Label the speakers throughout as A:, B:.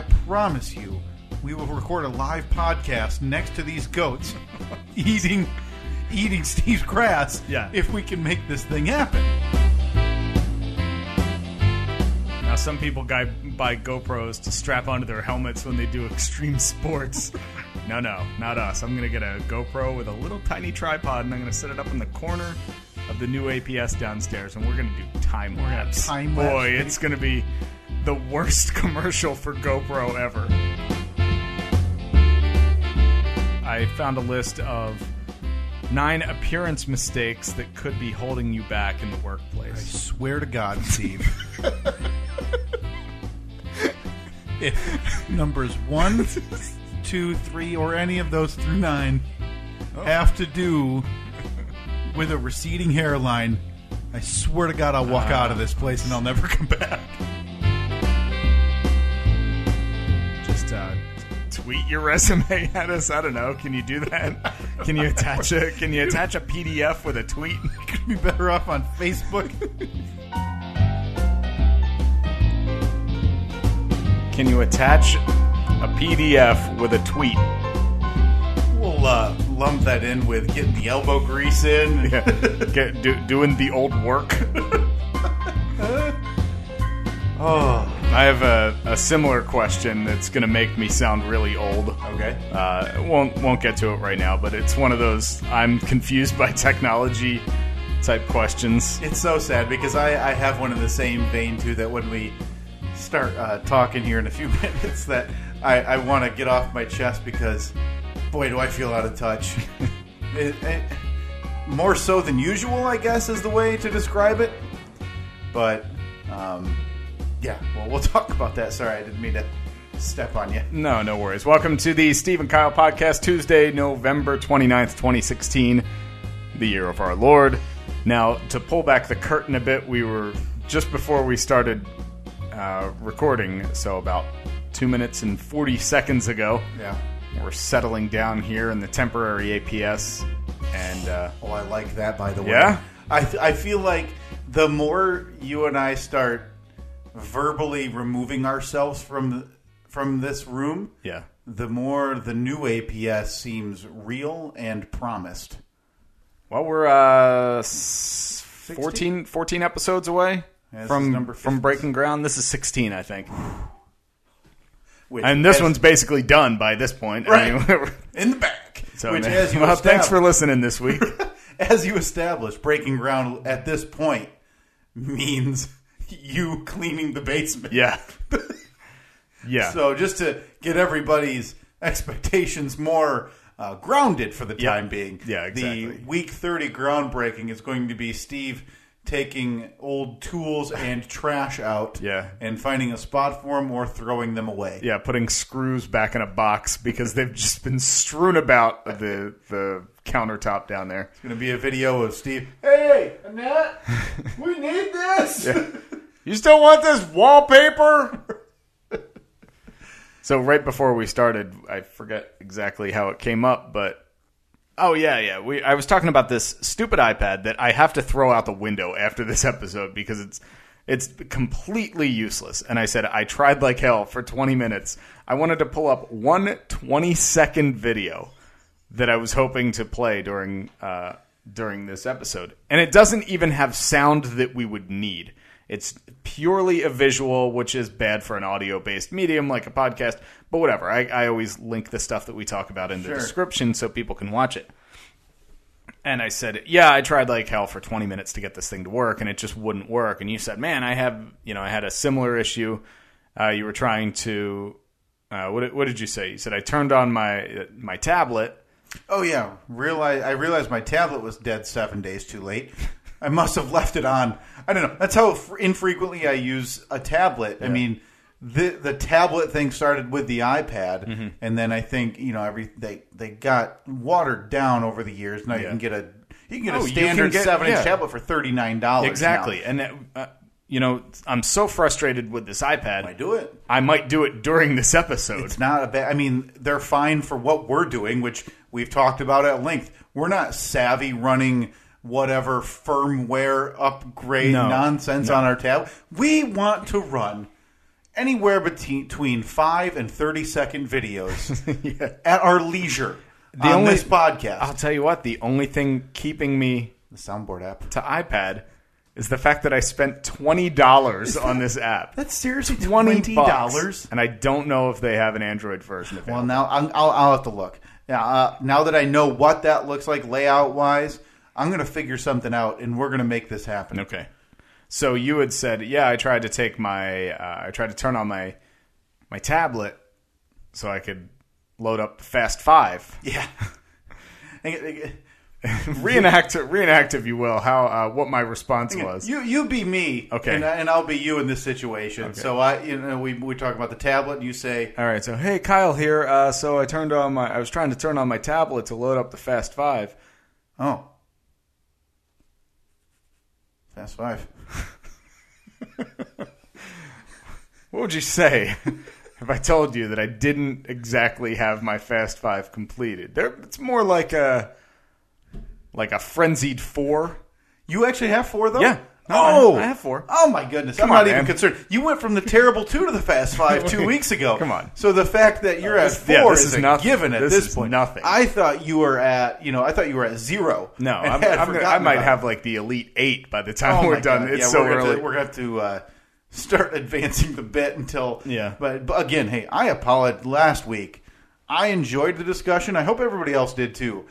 A: promise you, we will record a live podcast next to these goats eating eating Steve's grass
B: Yeah.
A: if we can make this thing happen.
B: Now, some people guy, buy GoPros to strap onto their helmets when they do extreme sports. no, no, not us. I'm going to get a GoPro with a little tiny tripod and I'm going to set it up in the corner of the new APS downstairs and we're going to do time lapse.
A: time lapse,
B: Boy,
A: baby.
B: it's going to be the worst commercial for GoPro ever. I found a list of nine appearance mistakes that could be holding you back in the workplace.
A: Swear to God, Steve. if numbers one, two, three, or any of those through nine have to do with a receding hairline, I swear to God, I'll walk out of this place and I'll never come back.
B: just uh, tweet your resume at us. I don't know. Can you do that? Can you attach a Can you attach a PDF with a tweet?
A: Could be better off on Facebook.
B: Can you attach a PDF with a tweet?
A: We'll uh, lump that in with getting the elbow grease in.
B: Yeah, Get, do, doing the old work.
A: Oh,
B: I have a, a similar question that's going to make me sound really old.
A: okay.
B: Uh, won't won't get to it right now, but it's one of those I'm confused by technology type questions.
A: It's so sad because I, I have one in the same vein too. That when we start uh, talking here in a few minutes, that I, I want to get off my chest because, boy, do I feel out of touch. It- it- more so than usual, I guess, is the way to describe it. But um, yeah, well, we'll talk about that. Sorry, I didn't mean to step on you.
B: No, no worries. Welcome to the Steve and Kyle podcast, Tuesday, November 29th, 2016, the year of our Lord. Now, to pull back the curtain a bit, we were just before we started uh, recording, so about two minutes and 40 seconds ago,
A: Yeah.
B: we're settling down here in the temporary APS. And uh,
A: Oh, I like that, by the way.
B: Yeah?
A: I, th- I feel like the more you and I start verbally removing ourselves from from this room,
B: yeah,
A: the more the new APS seems real and promised.
B: well, we're uh, s- 14, 14 episodes away.
A: Yeah, this is
B: From
A: number
B: from
A: 15.
B: breaking ground, this is sixteen, I think.
A: Which
B: And this
A: as-
B: one's basically done by this point. I
A: Right.
B: mean,
A: in the back.
B: so,
A: which,
B: man.
A: as you
B: well, thanks for
A: estab-
B: listening this week.
A: as you established, breaking ground at this point means you cleaning the basement.
B: yeah. Yeah.
A: So just to get everybody's expectations more uh, grounded for the time being,
B: Yeah, exactly.
A: the week thirty groundbreaking is going to be Steve taking old tools and trash out,
B: Yeah.
A: and finding a spot for them or throwing them away.
B: yeah, putting screws back in a box because they've just been strewn about the the countertop down there.
A: It's going to be a video of Steve. Hey, Annette, we need this.
B: You still want this wallpaper? so right before we started, I forget exactly how it came up, but oh yeah, yeah. We I was talking about this stupid iPad that I have to throw out the window after this episode because it's it's completely useless. And I said I tried like hell for 20 minutes. I wanted to pull up one 20 second video that I was hoping to play during uh, during this episode, and it doesn't even have sound that we would need. It's purely a visual, which is bad for an audio based medium like a podcast. But whatever, I, I always link the stuff that we talk about in the
A: Sure.
B: description so people can watch it. And I said, "Yeah, I tried like hell for 20 minutes to get this thing to work, and it just wouldn't work." And you said, "Man, I have, you know, I had a similar issue. Uh, you were trying to, uh, what, did- what did you say? You said I turned on my uh, my tablet,
A: Oh yeah, realize I realized my tablet was dead seven days too late. I must have left it on. I don't know. That's how fr- infrequently I use a tablet. I mean, the the tablet thing started with the iPad,
B: Mm-hmm.
A: and then I think you know every they they got watered down over the years. Now you
B: Yeah.
A: can get a you can get
B: Oh,
A: a
B: you can
A: standard
B: get-
A: seven inch
B: yeah.
A: tablet for thirty nine dollars.
B: Exactly. And, that, uh, you know, I'm so frustrated with this iPad.
A: I do it.
B: I might do it during this episode.
A: It's not a bad. I mean, they're fine for what we're doing, which we've talked about at length. We're not savvy running whatever firmware upgrade
B: No.
A: nonsense on our tab. We want to run anywhere between between five and thirty second videos
B: Yeah.
A: at our leisure on
B: only-
A: this podcast.
B: I'll tell you what, the only thing keeping me
A: the soundboard app.
B: to iPad is the fact that I spent twenty dollars on this app.
A: That's seriously
B: Twenty
A: twenty
B: dollars,
A: dollars.
B: and I don't know if they have an Android version of it.
A: Well, now I'm, I'll, I'll have to look. Now, uh, now that I know what that looks like layout wise, I'm going to figure something out, and we're going to make this happen.
B: Okay. So you had said, yeah, I tried to take my, uh, I tried to turn on my, my tablet, so I could load up Fast Five,
A: Yeah. you
B: reenact, reenact, if you will, how uh, what my response was.
A: you be me,
B: Okay.
A: and, I- and I'll be you in this situation. So I, you know, we we talk about the tablet. And you say,
B: All right, so hey, Kyle here. Uh, so I turned on my, I was trying to turn on my tablet to load up the Fast Five.
A: "Oh, fast five.
B: What would you say if I told you that I didn't exactly have my Fast Five completed? There, it's more like a, like a frenzied four.
A: You actually have four though.
B: Yeah. No, I-
A: oh,
B: I have four.
A: Oh my goodness,
B: Come
A: I'm not
B: on, man.
A: even concerned. You went from the terrible two to the fast five two weeks ago.
B: Come on. Oh,
A: So the fact that you're at
B: this-
A: four
B: yeah, this
A: is,
B: is
A: a
B: nothing.
A: given at
B: This
A: this,
B: is
A: point.
B: nothing.
A: I thought you were at, you know, I thought you were at zero.
B: No,
A: and
B: I'm,
A: had
B: I'm gonna, I
A: forgotten
B: might
A: about it.
B: have like the elite eight by the
A: Oh
B: time
A: my
B: we're done.
A: God.
B: It's
A: yeah,
B: so
A: we're gonna have
B: early.
A: To, we're going to have to uh, start advancing the bit until.
B: Yeah.
A: But, but again, hey, I apologized last week. I enjoyed the discussion. I hope everybody else did too.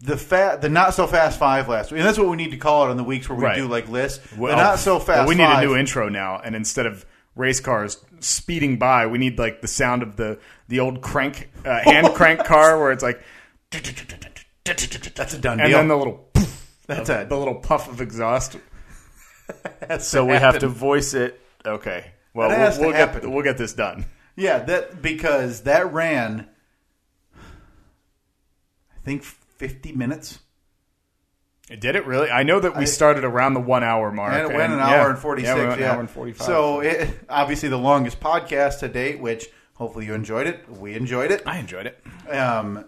A: The fat, the not so fast five last week, and that's what we need to call it on the weeks where we
B: Right.
A: do like lists.
B: Well,
A: the not so fast.
B: well, we need
A: five.
B: a new intro now, and instead of race cars speeding by, we need like the sound of the the old crank uh, hand crank car where it's like,
A: That's a done
B: and
A: deal.
B: then the little poof,
A: That's
B: the,
A: it.
B: the little puff of exhaust. so we have to voice it. Okay. Well,
A: That
B: we'll,
A: has to
B: we'll get
A: happen.
B: we'll get this done.
A: yeah, that because that ran. I think fifty minutes.
B: Did it really? I know that we started around the one hour mark,
A: And it went an
B: yeah.
A: hour and 46.
B: Yeah,
A: Yeah,
B: we went an hour and forty-five.
A: So, it, obviously, the longest podcast to date, which hopefully you enjoyed it. We enjoyed it.
B: I enjoyed it.
A: Um,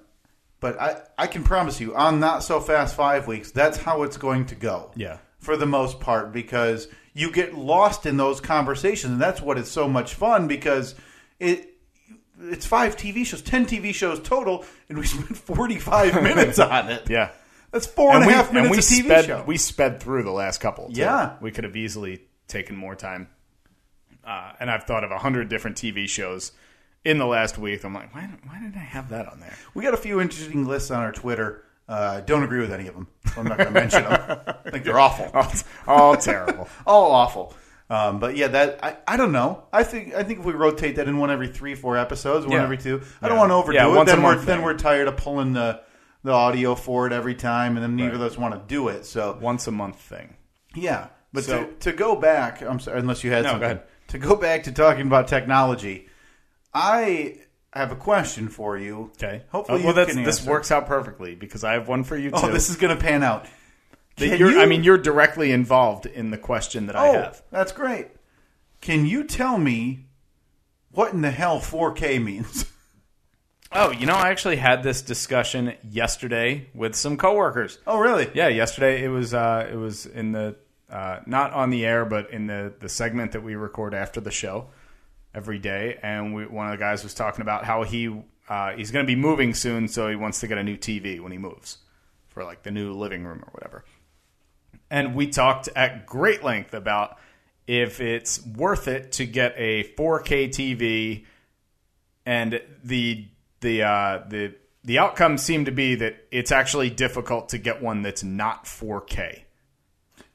A: but I, I can promise you, on Not So Fast Five Weeks, that's how it's going to go.
B: Yeah.
A: For the most part, because you get lost in those conversations. And that's what is so much fun because it. It's five TV shows, ten TV shows total, and we spent forty-five minutes on it.
B: Yeah.
A: that's four and a half
B: and
A: minutes of TV
B: sped,
A: show.
B: We sped through the last couple. too.
A: Yeah.
B: we could have easily taken more time. Uh, and I've thought of a hundred different TV shows in the last week. I'm like, why? Why did I have that on there?
A: We got a few interesting lists on our Twitter. Uh, don't agree with any of them. So I'm not going to mention them. I think they're awful,
B: All, all terrible.
A: all awful. Um, but yeah, that I, I don't know. I think I think if we rotate that in one every three, four episodes, one
B: Yeah.
A: every two. I
B: Yeah.
A: don't want to overdo
B: Yeah,
A: it.
B: once a
A: Then we're
B: month
A: then
B: thing.
A: we're tired of pulling the the audio for it every time, and then neither of us want to do it. So
B: Once a month thing.
A: yeah, but
B: So-
A: to, to go back, I'm sorry, unless you had
B: No, go
A: something
B: ahead.
A: to go back to talking about technology. I have a question for you.
B: Okay.
A: Hopefully,
B: Oh, well,
A: you
B: that's
A: can
B: this
A: answer.
B: works out perfectly because I have one for you too.
A: Oh, this is going to pan out.
B: That
A: Can
B: you're-
A: you-
B: I mean, you're directly involved in the question that I
A: oh,
B: have.
A: that's great. Can you tell me what in the hell 4K means?
B: Oh, you know, I actually had this discussion yesterday with some coworkers.
A: Oh, really?
B: Yeah, yesterday it was uh, it was in the uh, not on the air, but in the the segment that we record after the show every day, and we, one of the guys was talking about how he uh, he's going to be moving soon, so he wants to get a new TV when he moves for like the new living room or whatever. And we talked at great length about if it's worth it to get a 4K TV and the the uh, the the outcome seemed to be that it's actually difficult to get one that's not 4K.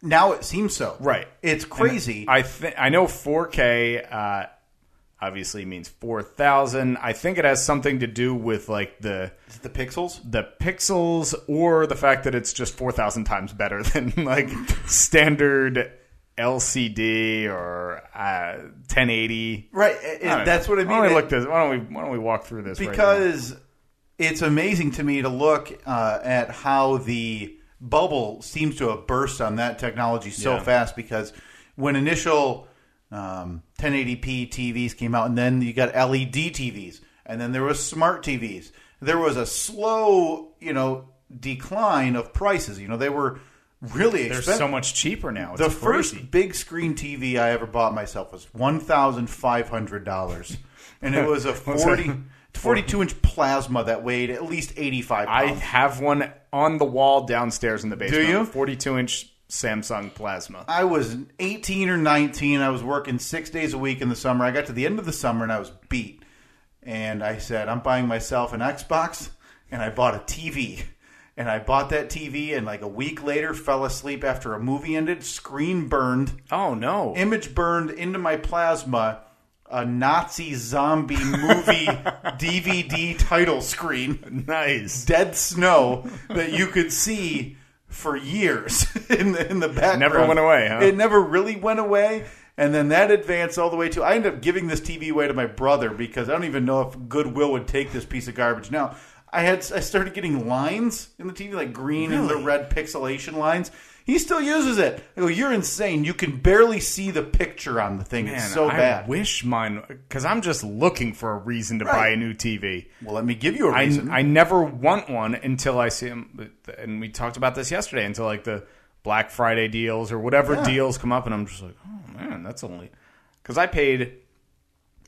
A: Now it seems so.
B: Right.
A: It's crazy.
B: I think I know 4K uh, obviously means 4,000. I think it has something to do with like the
A: Is it the pixels?
B: the pixels or the fact that it's just 4,000 times better than like standard LCD or uh, 1080.
A: Right. it- it-
B: I don't
A: that's
B: know.
A: what I mean.
B: Why don't, we
A: It-
B: look this, why don't we why don't we walk through this right now?
A: because it's amazing to me to look uh, at how the bubble seems to have burst on that technology so
B: Yeah.
A: fast because when initial um, 1080p TVs came out and then you got E LED TVs and then there was smart TVs there was a slow you know decline of prices you know they were really
B: They're
A: expensive.
B: so much cheaper now. It's
A: the
B: crazy.
A: first big screen TV I ever bought myself was one thousand five hundred dollars, and it was a
B: Was it-
A: 40, 42 inch plasma that weighed at least eighty five
B: I
A: pounds.
B: have one on the wall downstairs in the basement.
A: you?
B: 42 inch Samsung plasma.
A: I was 18 or 19. I was working six days a week in the summer. I got to the end of the summer and I was beat. And I said, I'm buying myself an Xbox. And I bought a TV. And I bought that TV and like a week later fell asleep after a movie ended. Screen burned,
B: Oh no.
A: image burned into my plasma. A Nazi zombie movie DVD title screen
B: nice.
A: dead snow that you could see for years in the, in the background.
B: went away, huh?
A: It never really went away. And then that advanced all the way to. I ended up giving this TV away to my brother because I don't even know if Goodwill would take this piece of garbage now. I had I started getting lines in the TV like green and the red pixelation lines. He still uses it. I go, you're insane. You can barely see the picture on the thing.
B: Man,
A: it's so
B: I
A: bad.
B: wish mine because I'm just looking for a reason to buy a new TV.
A: well, let me give you a
B: I,
A: reason.
B: I never want one until I see them. And we talked about this yesterday until like the Black Friday deals or whatever deals come up, and I'm just like, oh man, that's only because I paid.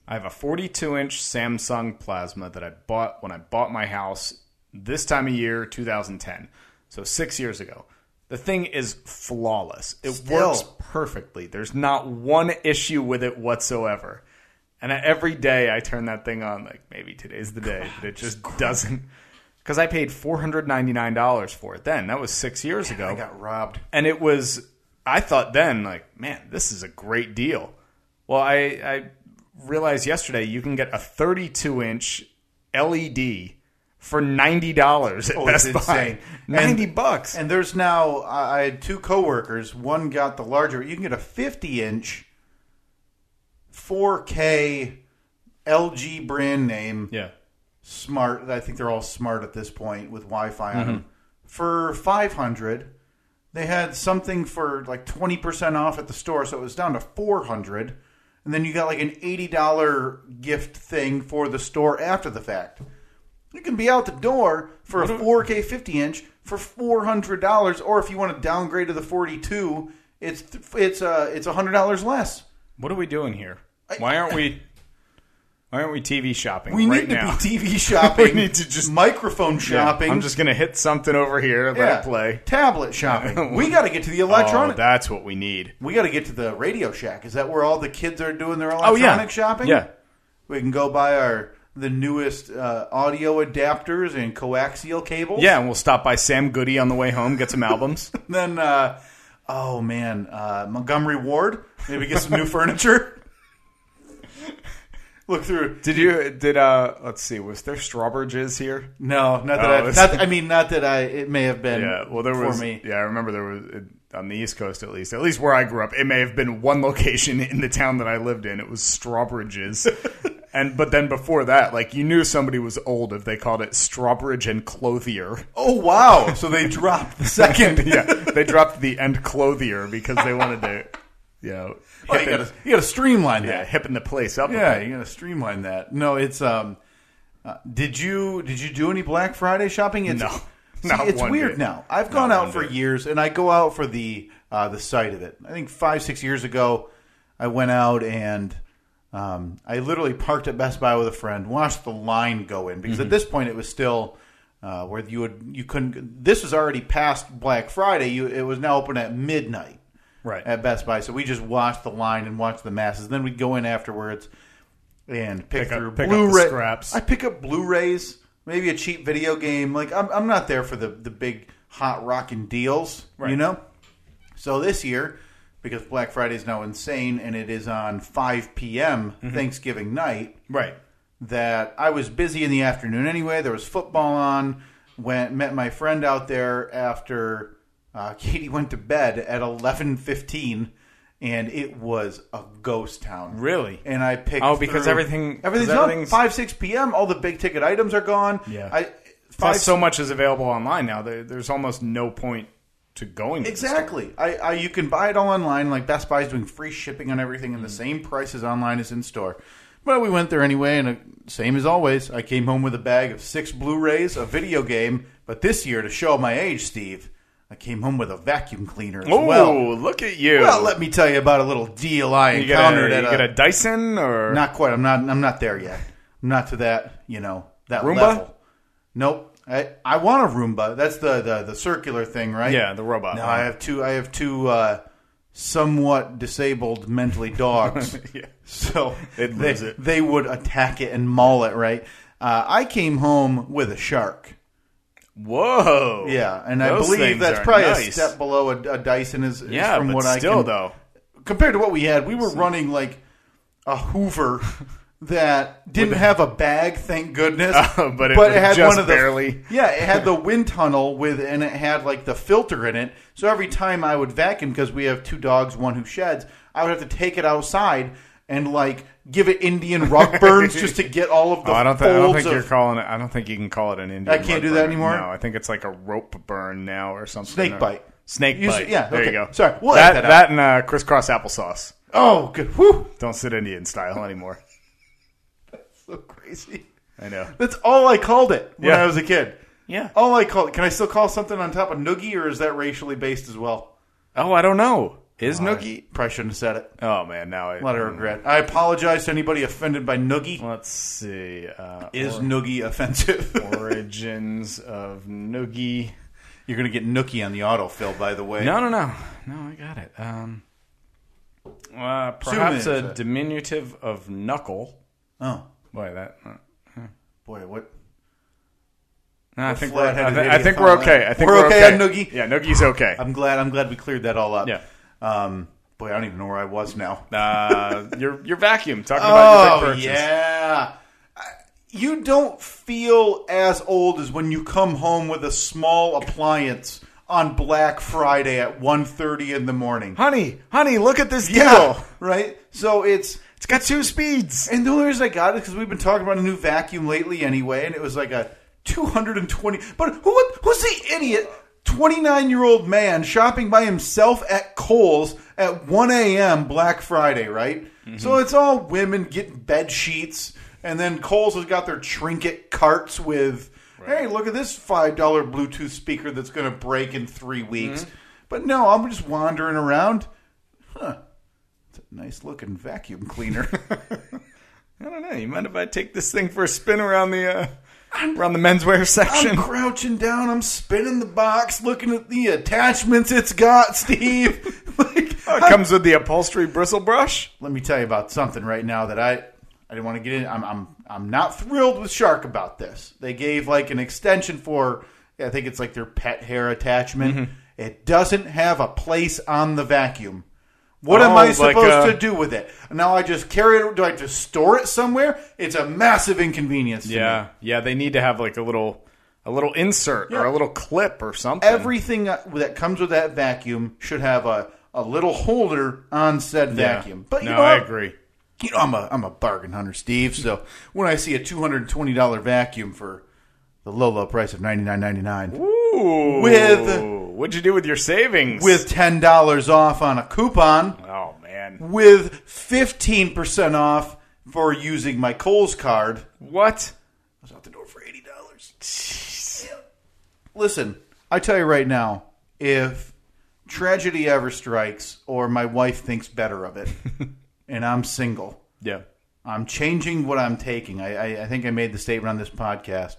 B: I have a 42 inch Samsung plasma that I bought when I bought my house this time of year, 2010. So six years ago. The thing is flawless. It
A: Still.
B: works perfectly. There's not one issue with it whatsoever. And I- every day I turn that thing on, like maybe today's the day, but it just doesn't. Because I paid four hundred ninety nine dollars for it then. That was six years ago,
A: I got robbed.
B: and it was. I thought then, like, man, this is a great deal. Well, I, I realized yesterday you can get a thirty two inch LED for ninety dollars at
A: Oh, it's
B: Best Buy.
A: insane. And-
B: Ninety bucks.
A: And there's now I I had two coworkers. One got the larger. You can get a 50 inch, 4K, LG brand name
B: yeah.
A: smart. I think they're all smart at this point with Wi-Fi on them for 500. They had something for like 20% off at the store, so it was down to 400. And then you got like an $80 gift thing for the store after the fact. You can be out the door for a 4K 50 inch for $400, or if you want to downgrade to the 42, it's it's uh it's $100 less.
B: What are we doing here? Why aren't we? Why aren't we TV shopping
A: We
B: right
A: need to
B: now?
A: be TV shopping.
B: We need to just-
A: microphone
B: Yeah,
A: shopping.
B: I'm just gonna hit something over here. Let
A: Yeah.
B: it play.
A: Tablet shopping. we got to get to the electronic.
B: Oh, that's what we need.
A: we got to get to the Radio Shack. Is that where all the kids are doing their electronic shopping?
B: Oh, Yeah.
A: We can go buy our the newest uh, audio adapters and coaxial cables.
B: Yeah, and we'll stop by Sam Goody on the way home, get some albums.
A: And then, uh, oh man, uh, Montgomery Ward. Maybe get some new furniture. Look through.
B: did you did uh let's see, was there strawberries here?
A: No, not that.
B: Oh,
A: I,
B: it's-
A: not, I mean, not that I. It may have been.
B: Yeah, Uh, well there was
A: for me.
B: Yeah, I remember there was it, on the East Coast at least. At least where I grew up, it may have been one location in the town that I lived in. It was strawberries. and but then before that, like you knew somebody was old if they called it strawbridge and clothier.
A: Oh wow! So they dropped the second.
B: yeah, they dropped the end clothier because they wanted to you know,
A: Oh, you
B: hip
A: got
B: it-
A: to you got to streamline that.
B: yeah, hipping the place up. a
A: Yeah,
B: bit.
A: you gotta streamline that. No, it's um. Uh, did you did you do any Black Friday shopping? It's,
B: No.
A: See,
B: Not
A: it's
B: one
A: weird
B: bit.
A: now. I've gone
B: Not one
A: out for
B: bit.
A: years, and I go out for the uh, the sight of it. I think five six years ago, I went out and um, I literally parked at Best Buy with a friend, watched the line go in because at this point it was still. Uh, where you would you couldn't this was already past black friday you it was now open at midnight
B: Right.
A: at Best Buy. So we just watched the line and watched the masses. Then we'd go in afterwards and pick,
B: Pick up-
A: through
B: pick up the
A: Blu-ray
B: scraps.
A: I pick up Blu-rays, maybe a cheap video game. Like I'm, I'm not there for the the big hot rocking deals, you
B: Right.
A: know. So this year, because Black Friday is now insane and it is on 5 p.m.
B: Mm-hmm.
A: Thanksgiving night,
B: Right.
A: that I was busy in the afternoon anyway. There was football on. Went met my friend out there after uh, Katie went to bed at eleven fifteen, and it was a ghost town.
B: Really?
A: And I picked
B: Oh, because
A: through-
B: everything-
A: everything's,
B: because everything's-
A: up. five six p.m. All the big ticket items are gone.
B: Yeah.
A: I,
B: Plus,
A: five
B: so much is available online now. There, there's almost no point to going. to the store.
A: Exactly. I, I you can buy it all online. Like Best Buy's doing free shipping on everything, and the
B: Mm.
A: same prices online as in store. But we went there anyway, and uh, same as always, I came home with a bag of six Blu-rays, a video game. But this year, to show my age, Steve, I came home with a vacuum cleaner as
B: Oh,
A: well.
B: look at you.
A: Well, let me tell you about a little deal I
B: you got a,
A: encountered
B: you
A: at
B: got
A: a,
B: a Dyson or
A: not quite. I'm not. I'm not there yet. I'm not to that. You know that
B: Roomba?
A: level. Nope. I, I want a Roomba. That's the, the, the circular thing, right?
B: Yeah, the robot
A: No,
B: one.
A: I have two. I have two uh, somewhat disabled mentally dogs.
B: Yeah.
A: So
B: They'd
A: they,
B: lose it.
A: they would attack it and maul it. Right. Uh, I came home with a shark.
B: Whoa.
A: Yeah, and I
B: Those
A: believe
B: things
A: that's
B: are
A: probably a
B: nice.
A: step below a, a Dyson. Is, is
B: Yeah,
A: from
B: but
A: what I
B: still
A: can,
B: though.
A: compared to what we had, we were running like a Hoover that didn't have a bag, thank goodness.
B: Oh, but it was just barely.
A: the yeah, it had the wind tunnel with, and it had like the filter in it. So every time I would vacuum because we have two dogs, one who sheds, I would have to take it outside and like give it Indian rug burns just to get all of the
B: Oh, I don't, thi-
A: folds
B: I don't think
A: of,
B: you're calling it. I don't think you can call it an Indian.
A: I can't
B: rug
A: do that
B: burn.
A: anymore?
B: No, I think it's like a rope burn now or something.
A: Snake
B: or-
A: bite.
B: Snake
A: You s-
B: bite.
A: yeah,
B: there you
A: okay.
B: go.
A: Sorry, we'll
B: that
A: edit that
B: that and uh, crisscross applesauce.
A: Oh, good. Whew.
B: Don't sit Indian style anymore.
A: So crazy.
B: I know.
A: That's all I called it when
B: Yeah.
A: I was a kid.
B: Yeah.
A: All I call it. Can I still call something on top of noogie, or is that racially based as well?
B: Oh, I don't know. Is noogie?
A: Probably shouldn't have said it.
B: Oh man, now I
A: A lot of regret. I apologize to anybody offended by noogie.
B: Let's see. Uh,
A: Is noogie offensive?
B: origins of noogie?
A: You're gonna get nookie on the autofill, by the way.
B: No, no, no, no. I got it. Um, uh, perhaps
A: in,
B: a
A: sir.
B: diminutive of knuckle.
A: Oh
B: Boy, that. uh,
A: boy, what?
B: No, I think we're. I,
A: flat-headed
B: thi- I
A: idiot
B: think we're
A: thought that.
B: okay. I think
A: We're
B: we're,
A: okay on noogie?
B: Yeah, noogie's okay.
A: I'm glad. I'm glad we cleared that all up.
B: Yeah.
A: Um. Boy, I don't even know where I was now.
B: uh, your your vacuum. Talking about your big purchase.
A: Oh, yeah. I- You don't feel as old as when you come home with a small appliance on Black Friday at 1.30 in the morning.
B: Honey, honey, look at this deal.
A: right? So it's
B: It's got two speeds.
A: and the only reason I got it because we've been talking about a new vacuum lately anyway, and it was like a 220. But who who's the idiot 29 year old man shopping by himself at Kohl's at 1 a.m. Black Friday, right? So it's all women getting bed sheets, and then Kohl's has got their trinket carts with. Hey, look at this $5 Bluetooth speaker that's going to break in three weeks. But no, I'm just wandering around. Huh. It's a nice looking vacuum cleaner.
B: I don't know. You mind if I take this thing for a spin around the uh, around the menswear
A: I'm
B: section?
A: crouching down. I'm spinning the box, looking at the attachments it's got, Steve. like,
B: Oh, it comes with the upholstery bristle brush.
A: let me tell you about something right now that I I didn't want to get in. I'm I'm I'm not thrilled with Shark about this. They gave like an extension for I think it's like their pet hair attachment.
B: Mm-hmm.
A: It doesn't have a place on the vacuum. What am
B: Oh,
A: I
B: like,
A: supposed
B: uh,
A: to do with it? Now I just carry it. Do I just store it somewhere? It's a massive inconvenience. To me.
B: Yeah, yeah. They need to have like a little a little insert or a little clip or something.
A: everything that that comes with that vacuum should have a, a little holder on said
B: Yeah.
A: vacuum. But you
B: no,
A: know,
B: I
A: what?
B: agree.
A: You know, I'm a I'm a bargain hunter, Steve. So when I see a two hundred and twenty dollar vacuum for the low low price of ninety nine ninety nine
B: Ooh,
A: With-
B: what'd you do with your savings?
A: with ten dollars off on a coupon,
B: oh man,
A: with fifteen percent off for using my Kohl's card,
B: what?
A: I was out the door for eighty dollars. Listen, I tell you right now, if tragedy ever strikes or my wife thinks better of it and I'm single,
B: Yeah.
A: I'm changing what I'm taking. I, I, I think I made the statement on this podcast.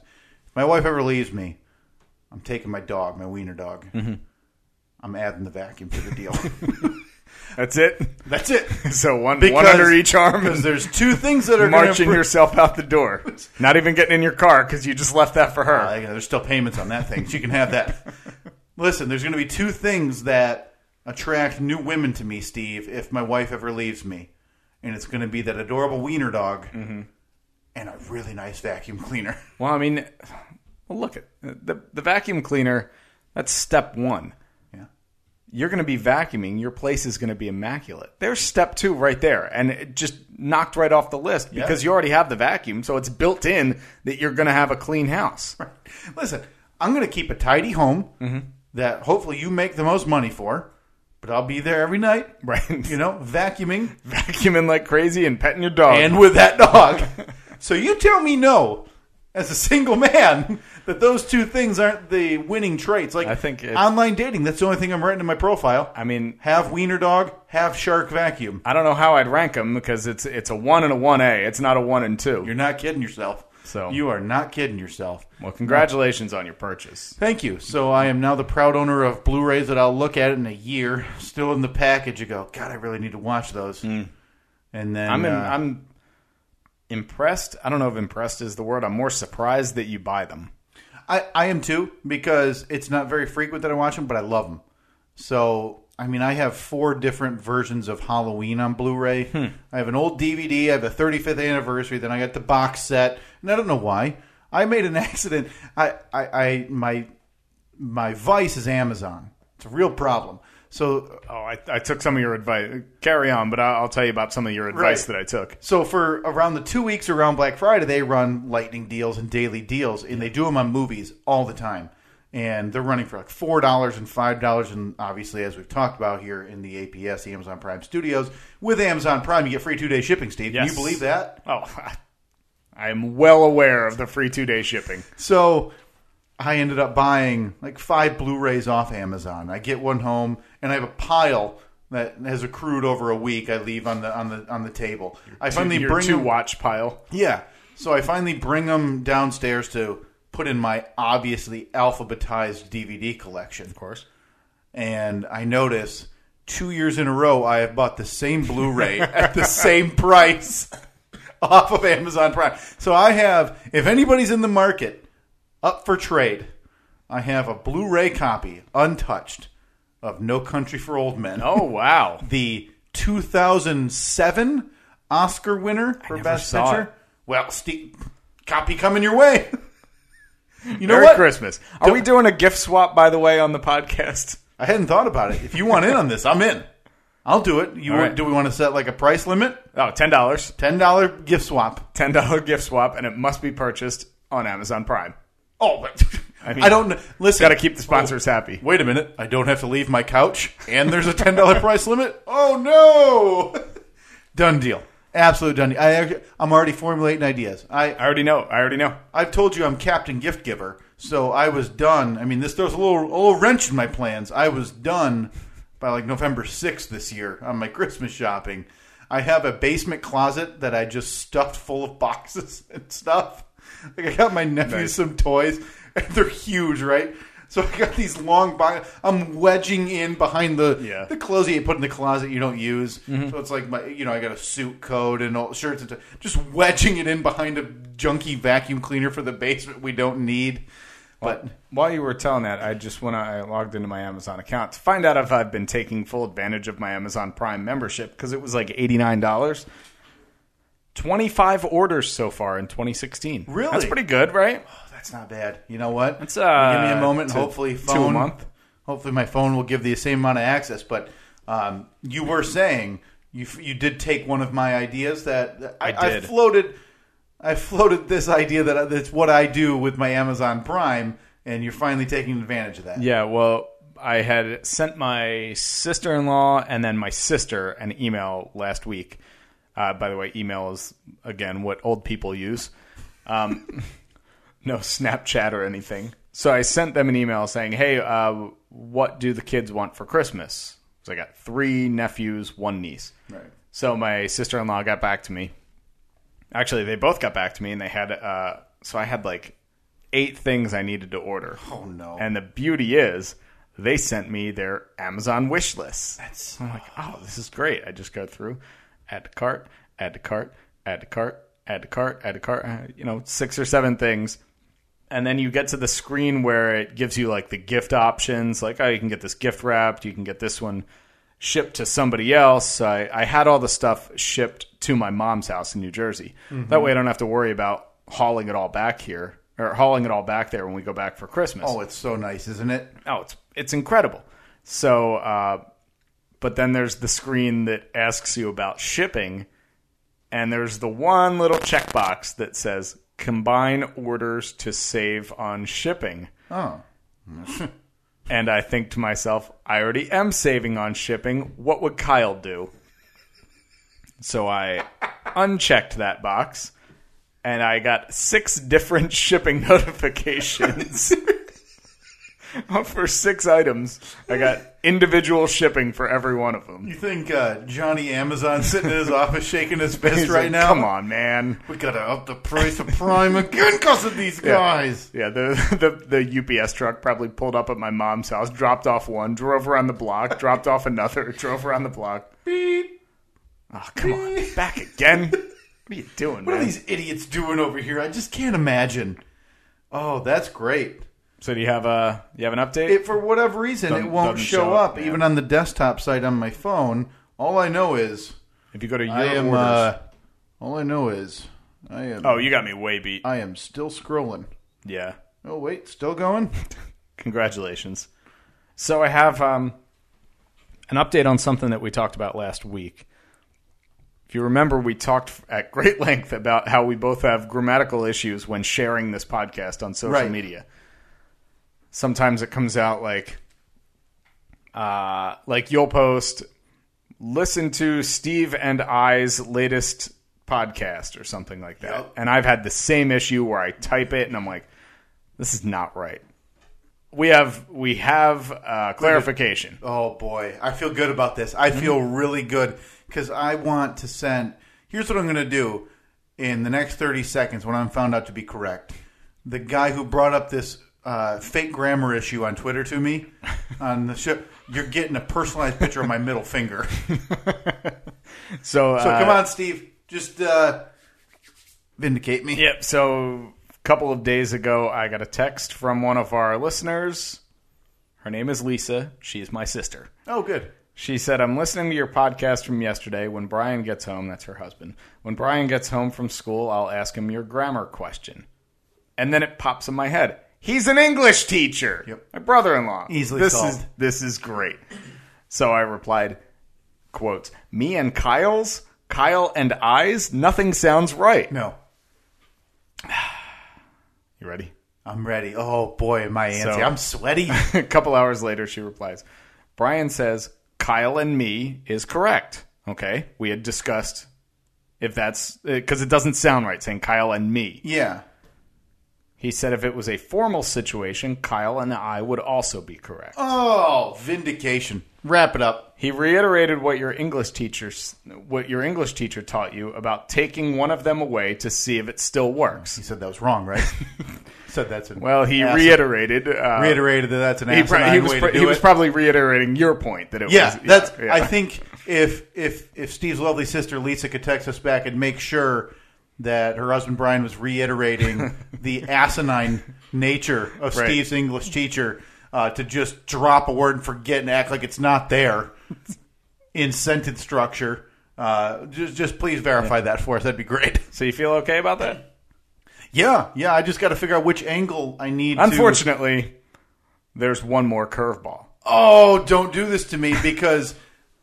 A: If my wife ever leaves me, I'm taking my dog, my wiener dog. I'm adding the vacuum to the deal.
B: That's it.
A: That's it.
B: So one one
A: Because-
B: under each arm
A: Because
B: and
A: there's two things that are going to
B: marching yourself out the door. Not even getting in your car because you just left that for her.
A: Uh, there's still payments on that thing. She can have that. Listen, there's going to be two things that attract new women to me, Steve, if my wife ever leaves me. And it's going to be that adorable wiener dog and a really nice vacuum cleaner.
B: Well, I mean, well, look at the the vacuum cleaner. That's step one.
A: Yeah.
B: You're going to be vacuuming. Your place is going to be immaculate. There's step two right there, and it just knocked right off the list because you already have the vacuum, so it's built in that you're going to have a clean house.
A: Listen, I'm going to keep a tidy home that hopefully you make the most money for, but I'll be there every night.
B: Right.
A: You know, vacuuming
B: Vacuuming like crazy and petting your dog.
A: and with that dog. so you tell me no, as a single man, that those two things aren't the winning traits. Like
B: I think it's-
A: online dating, that's the only thing I'm writing in my profile.
B: I mean,
A: have wiener dog, have shark vacuum.
B: I don't know how I'd rank them because it's it's a one and a one A. It's not a one and two.
A: You're not kidding yourself.
B: So-
A: you are not kidding yourself.
B: well, congratulations on your purchase.
A: Thank you. So I am now the proud owner of Blu-rays that I'll look at in a year, still in the package. You go, God, I really need to watch those. And then
B: Hmm. I'm in,
A: uh,
B: I'm impressed. I don't know if impressed is the word. I'm more surprised that you buy them.
A: I, I am too because it's not very frequent that I watch them, but I love them. So I mean, I have four different versions of Halloween on Blu-ray. I have an old DVD. I have a 35th anniversary. Then I got the box set, and I don't know why. I made an accident. I, I, I my my vice is Amazon. It's a real problem. So
B: Oh, I, I took some of your advice. Carry on, but I, I'll tell you about some of your advice
A: Right.
B: that I took.
A: So for around the two weeks around Black Friday, they run lightning deals and daily deals, and they do them on movies all the time. And they're running for like four dollars and five dollars, and obviously, as we've talked about here in the APS, the Amazon Prime Studios, with Amazon Prime, you get free two day shipping. Steve, can
B: Yes.
A: you believe that?
B: Oh, I am well aware of the free two day shipping.
A: So I ended up buying like five Blu-rays off Amazon. I get one home, and I have a pile that has accrued over a week. I leave on the on the on the table. I finally
B: your
A: bring
B: two
A: them-
B: watch pile.
A: Yeah. So I finally bring them downstairs to put in my obviously alphabetized DVD collection.
B: Of course.
A: And I notice two years in a row I have bought the same Blu ray at the same price off of Amazon Prime. So I have, if anybody's in the market up for trade, I have a Blu ray copy, untouched, of No Country for Old Men.
B: Oh wow.
A: the 2007 Oscar winner for
B: never
A: Best
B: saw
A: Picture.
B: it.
A: Well, Steve, copy coming your way. you know
B: Merry
A: what?
B: Christmas. Are we doing a gift swap by the way on the podcast?
A: I hadn't thought about it. If you want in on this, I'm in. I'll do it. You
B: All
A: want,
B: right.
A: do we want to set like a price limit?
B: Oh, ten dollars.
A: Ten dollar gift swap.
B: Ten dollar gift swap, and it must be purchased on Amazon Prime.
A: Oh, but I,
B: mean,
A: don't kn- listen. Oh,
B: Got to keep the sponsors happy.
A: Wait a minute. I don't have to leave my couch, and there's a ten dollar price limit. Oh no! done deal. Absolute done deal. I, I'm already formulating ideas. I
B: I already know. I already know.
A: I've told you I'm Captain Gift Giver, so I was done. I mean, this throws a little, a little wrench in my plans. I was done by like November 6th this year on my Christmas shopping. I have a basement closet that I just stuffed full of boxes and stuff. Like I got my nephews
B: Nice.
A: some toys, and they're huge, right? So I got these long boxes. I'm wedging in behind the
B: Yeah.
A: the clothes that you put in the closet you don't use.
B: Mm-hmm.
A: So it's like my, you know, I got a suit coat and all shirts and t- just wedging it in behind a junky vacuum cleaner for the basement we don't need. But
B: While you were telling that, I just when I logged into my Amazon account to find out if I've been taking full advantage of my Amazon Prime membership because it was like eighty nine dollars. Twenty five orders so far in 2016.
A: Really?
B: That's pretty good, right?
A: oh, that's not bad. You know what?
B: That's, uh,
A: give me a moment.
B: two-
A: and hopefully,
B: two a
A: phone.
B: month.
A: Hopefully, my phone will give the same amount of access. But um, you were saying you f- you did take one of my ideas that that I,
B: did.
A: floated. I floated this idea that I- that's what I do with my Amazon Prime, and you're finally taking advantage of that.
B: Yeah, well, I had sent my sister in law and then my sister an email last week. Uh, by the way, email is, again, what old people use. Um, no Snapchat or anything. So I sent them an email saying, hey, uh, what do the kids want for Christmas? So I got three nephews, one niece.
A: Right.
B: So my sister in law got back to me. Actually, they both got back to me, and they had, uh, so I had like eight things I needed to order.
A: Oh no.
B: And the beauty is, they sent me their Amazon wish list.
A: That's-
B: I'm like, oh, this is great. I just go through, add to cart, add to cart, add to cart, add to cart, add to cart. uh, You know, six or seven things, and then you get to the screen where it gives you like the gift options. Like, oh, you can get this gift wrapped. You can get this one shipped to somebody else. So I, I had all the stuff shipped to my mom's house in New Jersey.
A: Mm-hmm.
B: That way, I don't have to worry about hauling it all back here. Or hauling it all back there when we go back for Christmas.
A: Oh, it's so nice, isn't it?
B: Oh, it's it's incredible. So, uh, but then there's the screen that asks you about shipping, and there's the one little checkbox that says combine orders to save on shipping.
A: Oh,
B: And I think to myself, I already am saving on shipping. What would Kyle do? So I unchecked that box and I got six different shipping notifications for six items. I got individual shipping for every one of them.
A: You think uh, Johnny Amazon sitting in his office shaking his fist
B: He's
A: right
B: like,
A: now?
B: Come on, man.
A: We gotta up the price of Prime again because of these guys.
B: Yeah, the, the the UPS truck probably pulled up at my mom's house, dropped off one, drove around the block, dropped off another, drove around the block.
A: Beep. Ah,
B: Oh, come on, back again. What are you doing,
A: What are
B: man?
A: these idiots doing over here? I just can't imagine. Oh, that's great.
B: so do you have a you have an update?
A: It, for whatever reason, it
B: Doesn't-
A: won't
B: doesn't
A: show,
B: show
A: up,
B: up, yeah.
A: even on the desktop site on my phone. All I know is
B: if you go to your
A: I am.
B: orders,
A: Uh, all I know is I am.
B: oh, you got me way beat.
A: I am still scrolling.
B: yeah,
A: Oh wait, still going.
B: congratulations. So I have um, an update on something that we talked about last week. If you remember, we talked at great length about how we both have grammatical issues when sharing this podcast on social
A: Right.
B: media. Sometimes it comes out like, uh, like you'll post, listen to Steve and I's latest podcast or something like that.
A: Yep.
B: And I've had the same issue where I type it and I'm like, this is not right. We have we have uh, clarification.
A: Oh boy, I feel good about this. I feel really good because I want to send. Here's what I'm going to do in the next 30 seconds when I'm found out to be correct. The guy who brought up this uh, fake grammar issue on Twitter to me on the show, you're getting a personalized picture of my middle finger.
B: So,
A: So
B: uh,
A: come on, Steve, just uh, vindicate me.
B: Yep. So a couple of days ago, I got a text from one of our listeners. Her name is Lisa. She's my sister.
A: Oh, good.
B: She said, I'm listening to your podcast from yesterday. When Brian gets home, that's her husband. When Brian gets home from school, I'll ask him your grammar question. And then it pops in my head. He's an English teacher.
A: Yep.
B: My brother in law.
A: Easily
B: this
A: solved.
B: Is, this is great. So I replied, quotes, me and Kyle's, Kyle and I's, nothing sounds right.
A: No,
B: You ready?
A: I'm ready. Oh boy, am I antsy?
B: So-
A: I'm sweaty.
B: a couple hours later, she replies, Brian says, Kyle and me is correct. Okay. We had discussed if that's because it doesn't sound right saying Kyle and me.
A: yeah.
B: He said if it was a formal situation, Kyle and I would also be correct.
A: Oh, vindication. Wrap it up.
B: He reiterated what your English teachers what your English teacher taught you about taking one of them away to see if it still works.
A: He said that was wrong, right? said that's an
B: Well, he
A: asinine-
B: reiterated uh,
A: reiterated that that's an
B: he,
A: asinine
B: pro- he was
A: way
B: pro-
A: to do
B: he was
A: it.
B: probably reiterating your point that it
A: yeah,
B: was
A: that's.
B: yeah.
A: I think if if if Steve's lovely sister Lisa could text us back and make sure that her husband Brian was reiterating the asinine nature of
B: Right.
A: Steve's English teacher uh, to just drop a word and forget and act like it's not there in sentence structure. Uh, just, just please verify that for us. That'd be great.
B: So you feel okay about that?
A: Yeah, yeah. I just got to figure out which angle I need. to...
B: Unfortunately, there's one more curveball.
A: oh, don't do this to me because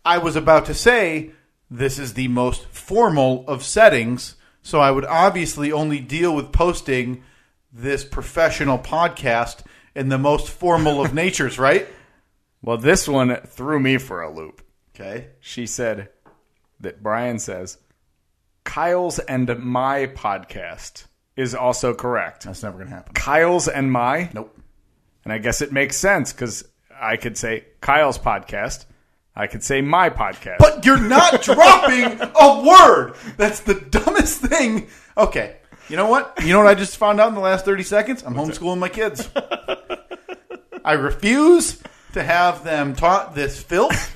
A: I was about to say this is the most formal of settings. So I would obviously only deal with posting this professional podcast in the most formal of natures, right?
B: Well, this one threw me for a loop.
A: Okay.
B: She said that Brian says Kyle's and my podcast is also correct.
A: That's never going to happen.
B: Kyle's and my?
A: Nope.
B: And I guess it makes sense because I could say Kyle's podcast. I could say my podcast.
A: But you're not dropping a word. That's the dumbest thing. Okay. You know what? You know what I just found out in the last 30 seconds? I'm homeschooling my kids. I refuse to have them taught this filth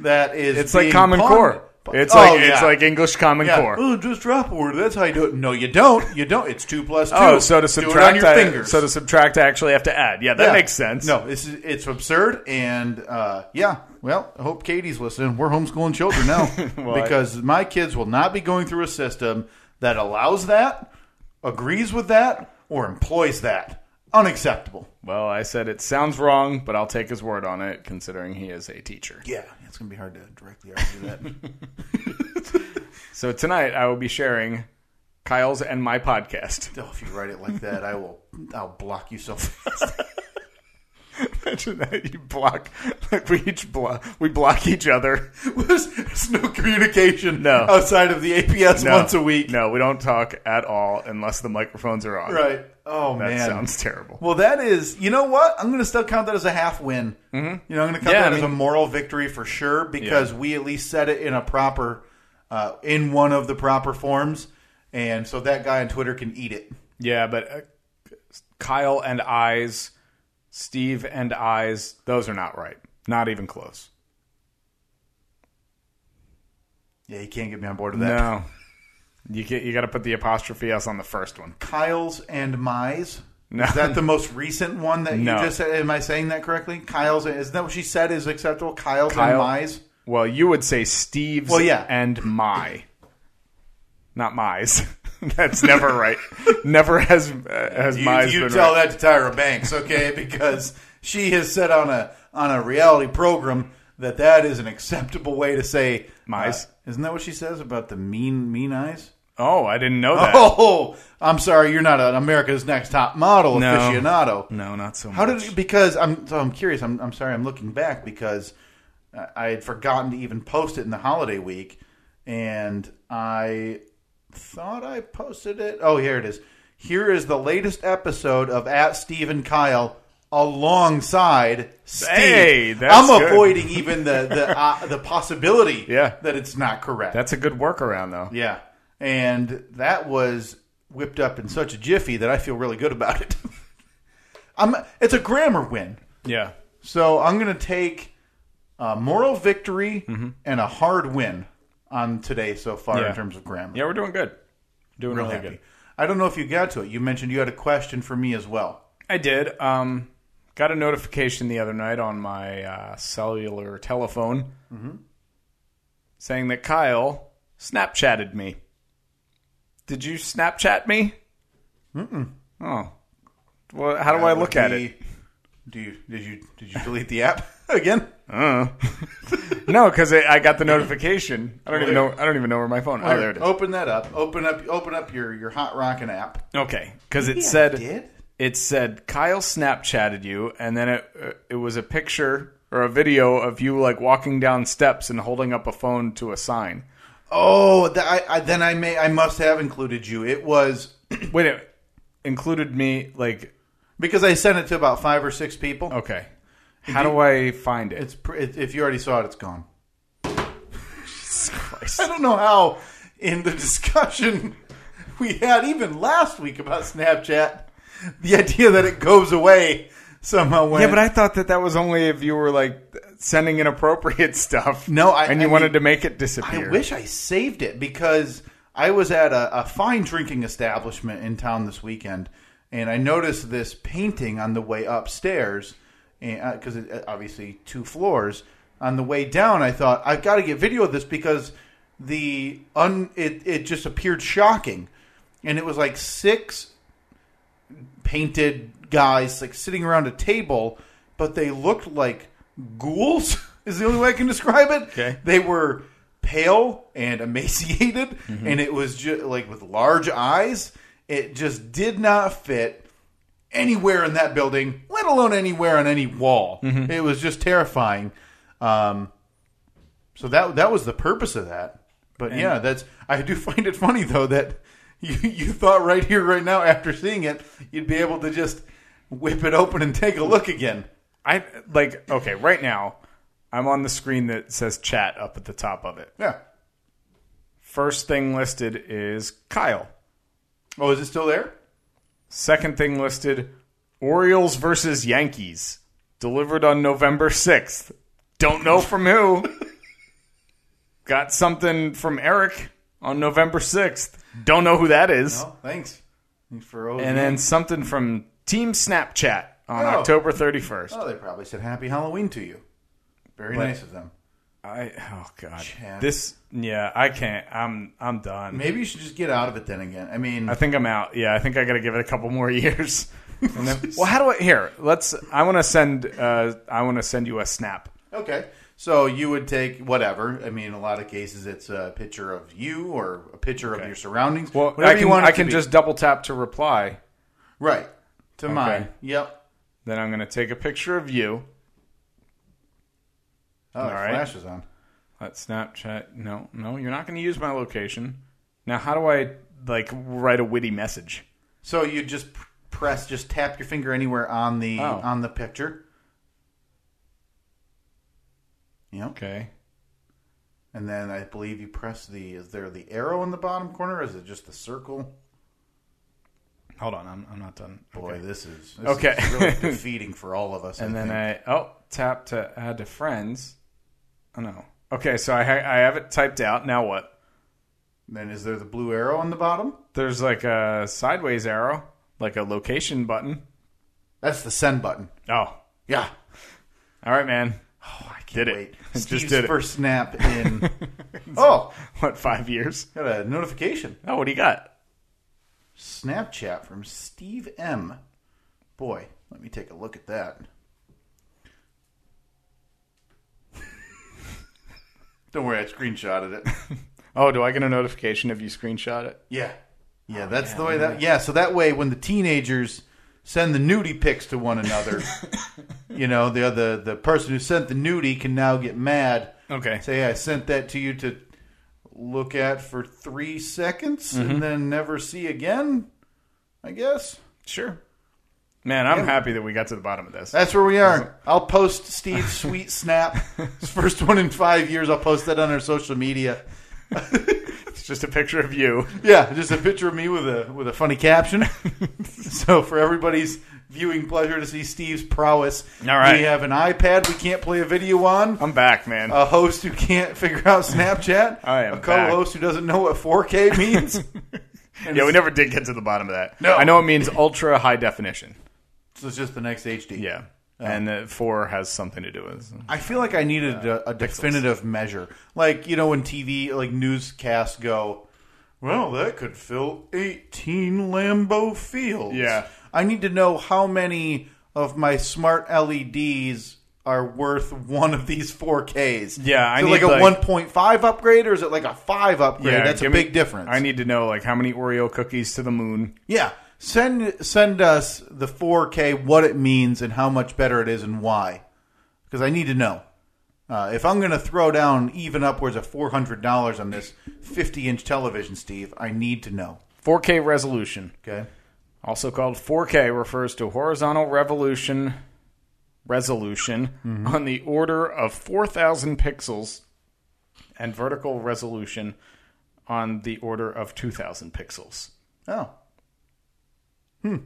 A: that is
B: it's like
A: being
B: Common
A: pawned-
B: Core. It's
A: Oh,
B: like it's
A: yeah.
B: like English Common
A: Yeah.
B: Core.
A: Oh, just drop a word. That's how you do it. No, you don't. You don't. It's two plus two.
B: Oh, so
A: Do
B: to
A: it
B: subtract,
A: on your
B: I-
A: fingers.
B: so to subtract, I actually have to add. Yeah, that
A: Yeah.
B: makes sense.
A: No, this is it's absurd, and uh, yeah. Well, I hope Katie's listening. We're homeschooling children now
B: I-
A: because my kids will not be going through a system that allows that, agrees with that, or employs that. Unacceptable.
B: Well, I said it sounds wrong, but I'll take his word on it, considering he is a teacher.
A: Yeah, it's gonna be hard to directly argue that.
B: So tonight I will be sharing Kyle's and my podcast.
A: oh, if you write it like that, I will. I'll block you so fast.
B: Imagine that you block. Like we each block. We block each other.
A: There's, there's no communication
B: No.
A: outside of the APS
B: No.
A: once a week.
B: No, we don't talk at all unless the microphones are on.
A: Right. Oh
B: That
A: man.
B: sounds terrible.
A: well, that is. You know what? I'm going to still count that as a half win. Mm-hmm. You know, I'm going to count
B: Yeah,
A: that
B: I
A: as a
B: mean-
A: moral victory for sure because we at least said it in a proper, uh, in one of the proper forms, and so that guy on Twitter can eat it.
B: Yeah, but uh, Kyle and Eyes, Steve and Eyes, those are not right. Not even close.
A: Yeah, he can't get me on board with that.
B: No. You get, you got to put the apostrophe s on the first one.
A: Kyle's and Mize.
B: No.
A: Is that the most recent one that
B: No.
A: you just said? Am I saying that correctly? Kyle's. Isn't that what she said is acceptable? Kyle's and
B: Kyle-
A: Mize.
B: Well, you would say Steve's
A: Well, yeah.
B: and my. Not my's. That's never right. never has uh, has
A: You,
B: my's
A: you
B: been
A: tell
B: right.
A: that to Tyra Banks, okay? Because she has said on a on a reality program that that is an acceptable way to say
B: Mize.
A: uh, isn't that what she says about the mean mean eyes?
B: Oh, I didn't know that.
A: Oh, I'm sorry, you're not an America's Next Top Model
B: No.
A: aficionado.
B: No, not so much.
A: How did because I'm so I'm curious. I'm I'm sorry. I'm looking back because I- I had forgotten to even post it in the holiday week, and I thought I posted it. Oh, here it is. Here is the latest episode of at Steve and Kyle alongside Steve.
B: Hey, that's
A: I'm
B: good.
A: avoiding even the the uh, the possibility
B: Yeah.
A: that it's not correct.
B: That's a good workaround, though.
A: yeah, and that was whipped up in such a jiffy that I feel really good about it. I'm, it's a grammar win.
B: Yeah.
A: So I'm going to take a moral victory and a hard win on today so far
B: Mm-hmm. Yeah.
A: in terms of grammar.
B: Yeah, we're doing good. Doing
A: Real
B: really
A: happy.
B: good.
A: I don't know if you got to it. You mentioned you had a question for me as well.
B: I did. Um, got a notification the other night on my uh, cellular telephone saying that Kyle Snapchatted me. Did you Snapchat me? Mm-mm. Oh. Well, how do I look at it?
A: Do you, did you did you delete the app again?
B: No, because I got the notification. I don't even know. I don't even know where my phone. Oh, there it is.
A: Open that up. Open up. Open up your your hot rockin' app.
B: Okay, because
A: Yeah,
B: it
A: I
B: said.
A: did?
B: it said Kyle Snapchatted you, and then it uh, it was a picture or a video of you like walking down steps and holding up a phone to a sign.
A: Oh, th- I, I, then I may I must have included you. It was
B: Wait, it included me like
A: because I sent it to about five or six people.
B: okay. How do I find it?
A: It's pr- it, if you already saw it, it's gone.
B: Jesus Christ.
A: I don't know how in the discussion we had even last week about Snapchat, the idea that it goes away somehow went.
B: Yeah, but I thought that that was only if you were like sending inappropriate stuff.
A: No, I-
B: and you
A: I
B: wanted
A: mean,
B: to make it
A: I
B: disappear.
A: wish I saved it because I was at a, a fine drinking establishment in town this weekend, and I noticed this painting on the way upstairs, and because it uh, obviously two floors. On the way down, I thought I've got to get video of this because the un it it just appeared shocking, and it was like six painted guys like sitting around a table, but they looked like ghouls. Is the only way I can describe it.
B: Okay.
A: They were pale and emaciated, and it was just like with large eyes. It just did not fit anywhere in that building, let alone anywhere on any wall. It was just terrifying. Um, so that that was the purpose of that. But yeah, that's I do find it funny though that you you thought right here right now after seeing it you'd be able to just whip it open and take a look again.
B: I like okay. Right now, I'm on the screen that says chat up at the top of it.
A: Yeah.
B: First thing listed is Kyle.
A: Oh, is it still there?
B: Second thing listed Orioles versus Yankees, delivered on November 6th. Don't know from who. Got something from Eric on November 6th. Don't know who that is.
A: Oh, thanks. Thanks For OG.
B: And then something from Team Snapchat on
A: Oh.
B: October 31st.
A: oh, they probably said happy Halloween to you. Very nice of them.
B: I oh god.
A: Chat.
B: This yeah, I can't. I'm I'm done.
A: Maybe you should just get out of it then again. I mean,
B: I think I'm out. Yeah, I think I got to give it a couple more years. And then, well, how do I here? Let's I want to send uh I want to send you a snap.
A: Okay. So you would take whatever. I mean, in a lot of cases, it's a picture of you or a picture of your surroundings.
B: Well,
A: whatever
B: I can,
A: you want. it
B: I
A: to
B: can
A: be.
B: just double tap to reply.
A: right to mine. Yep.
B: Then I'm going to take a picture of you.
A: Oh, the
B: right.
A: flash is on.
B: Let Snapchat. No, no, you're not going to use my location. Now, how do I like write a witty message?
A: So you just p- press, just tap your finger anywhere on the
B: Oh.
A: on the picture. Yep.
B: Okay.
A: And then I believe you press the. Is there the arrow in the bottom corner? Or is it just the circle?
B: Hold on, I'm, I'm not done.
A: Boy,
B: Okay.
A: this is this
B: Okay.
A: is really defeating for all of us.
B: And
A: I
B: then
A: think.
B: I oh tap to add to friends. Oh no. Okay, so I ha- I have it typed out. Now what?
A: then is there the blue arrow on the bottom?
B: There's like a sideways arrow, like a location button.
A: That's the send button.
B: Oh,
A: Yeah.
B: all right, man.
A: Oh, I
B: Did
A: can't
B: it.
A: wait.
B: Just
A: Steve's
B: did it.
A: first snap in. oh,
B: What five years?
A: got a notification.
B: Oh, what do you got?
A: Snapchat from Steve M. Boy, let me take a look at that. Don't worry, I screenshotted it.
B: Oh, do I get a notification if you screenshot it?
A: Yeah. Yeah, that's the way that. Oh, Yeah, so that way when the teenagers send the nudie pics to one another, you know, the other the person who sent the nudie can now get mad.
B: Okay.
A: Say, I sent that to you to look at for three seconds and then never see again, I guess.
B: Sure. Man, I'm happy that we got to the bottom of this.
A: That's where we are. I'll post Steve's sweet snap. His first one in five years. I'll post that on our social media.
B: It's just a picture of you.
A: Yeah, just a picture of me with a with a funny caption. so for everybody's viewing pleasure to see Steve's prowess.
B: All right.
A: We have an iPad we can't play a video on.
B: I'm back, man.
A: A host who can't figure out Snapchat.
B: Oh. I am
A: a co-host who doesn't know what 4K means.
B: yeah, we never did get to the bottom of that.
A: No.
B: I know it means ultra high definition.
A: so it's just the next HD.
B: Yeah. And the four has something to do with
A: I feel like I needed a, a definitive measure, like you know when TV like newscasts go, well that could fill eighteen Lambeau Fields.
B: Yeah.
A: I need to know how many of my smart LEDs are worth one of these four Ks.
B: Yeah, I
A: so
B: need,
A: like a
B: like-
A: one point five upgrade, or is it like a five upgrade? That's a
B: give me-
A: big difference.
B: I need to know like how many Oreo cookies to the moon.
A: yeah. Send send us the 4K, what it means, and how much better it is, and why, because I need to know. Uh, if I'm going to throw down even upwards of four hundred dollars on this 50 inch television, Steve, I need to know.
B: 4K resolution,
A: Okay.
B: also called 4K, refers to horizontal revolution resolution on the order of 4,000 pixels, and vertical resolution on the order of 2,000 pixels.
A: Oh. Hmm.
B: Hmm.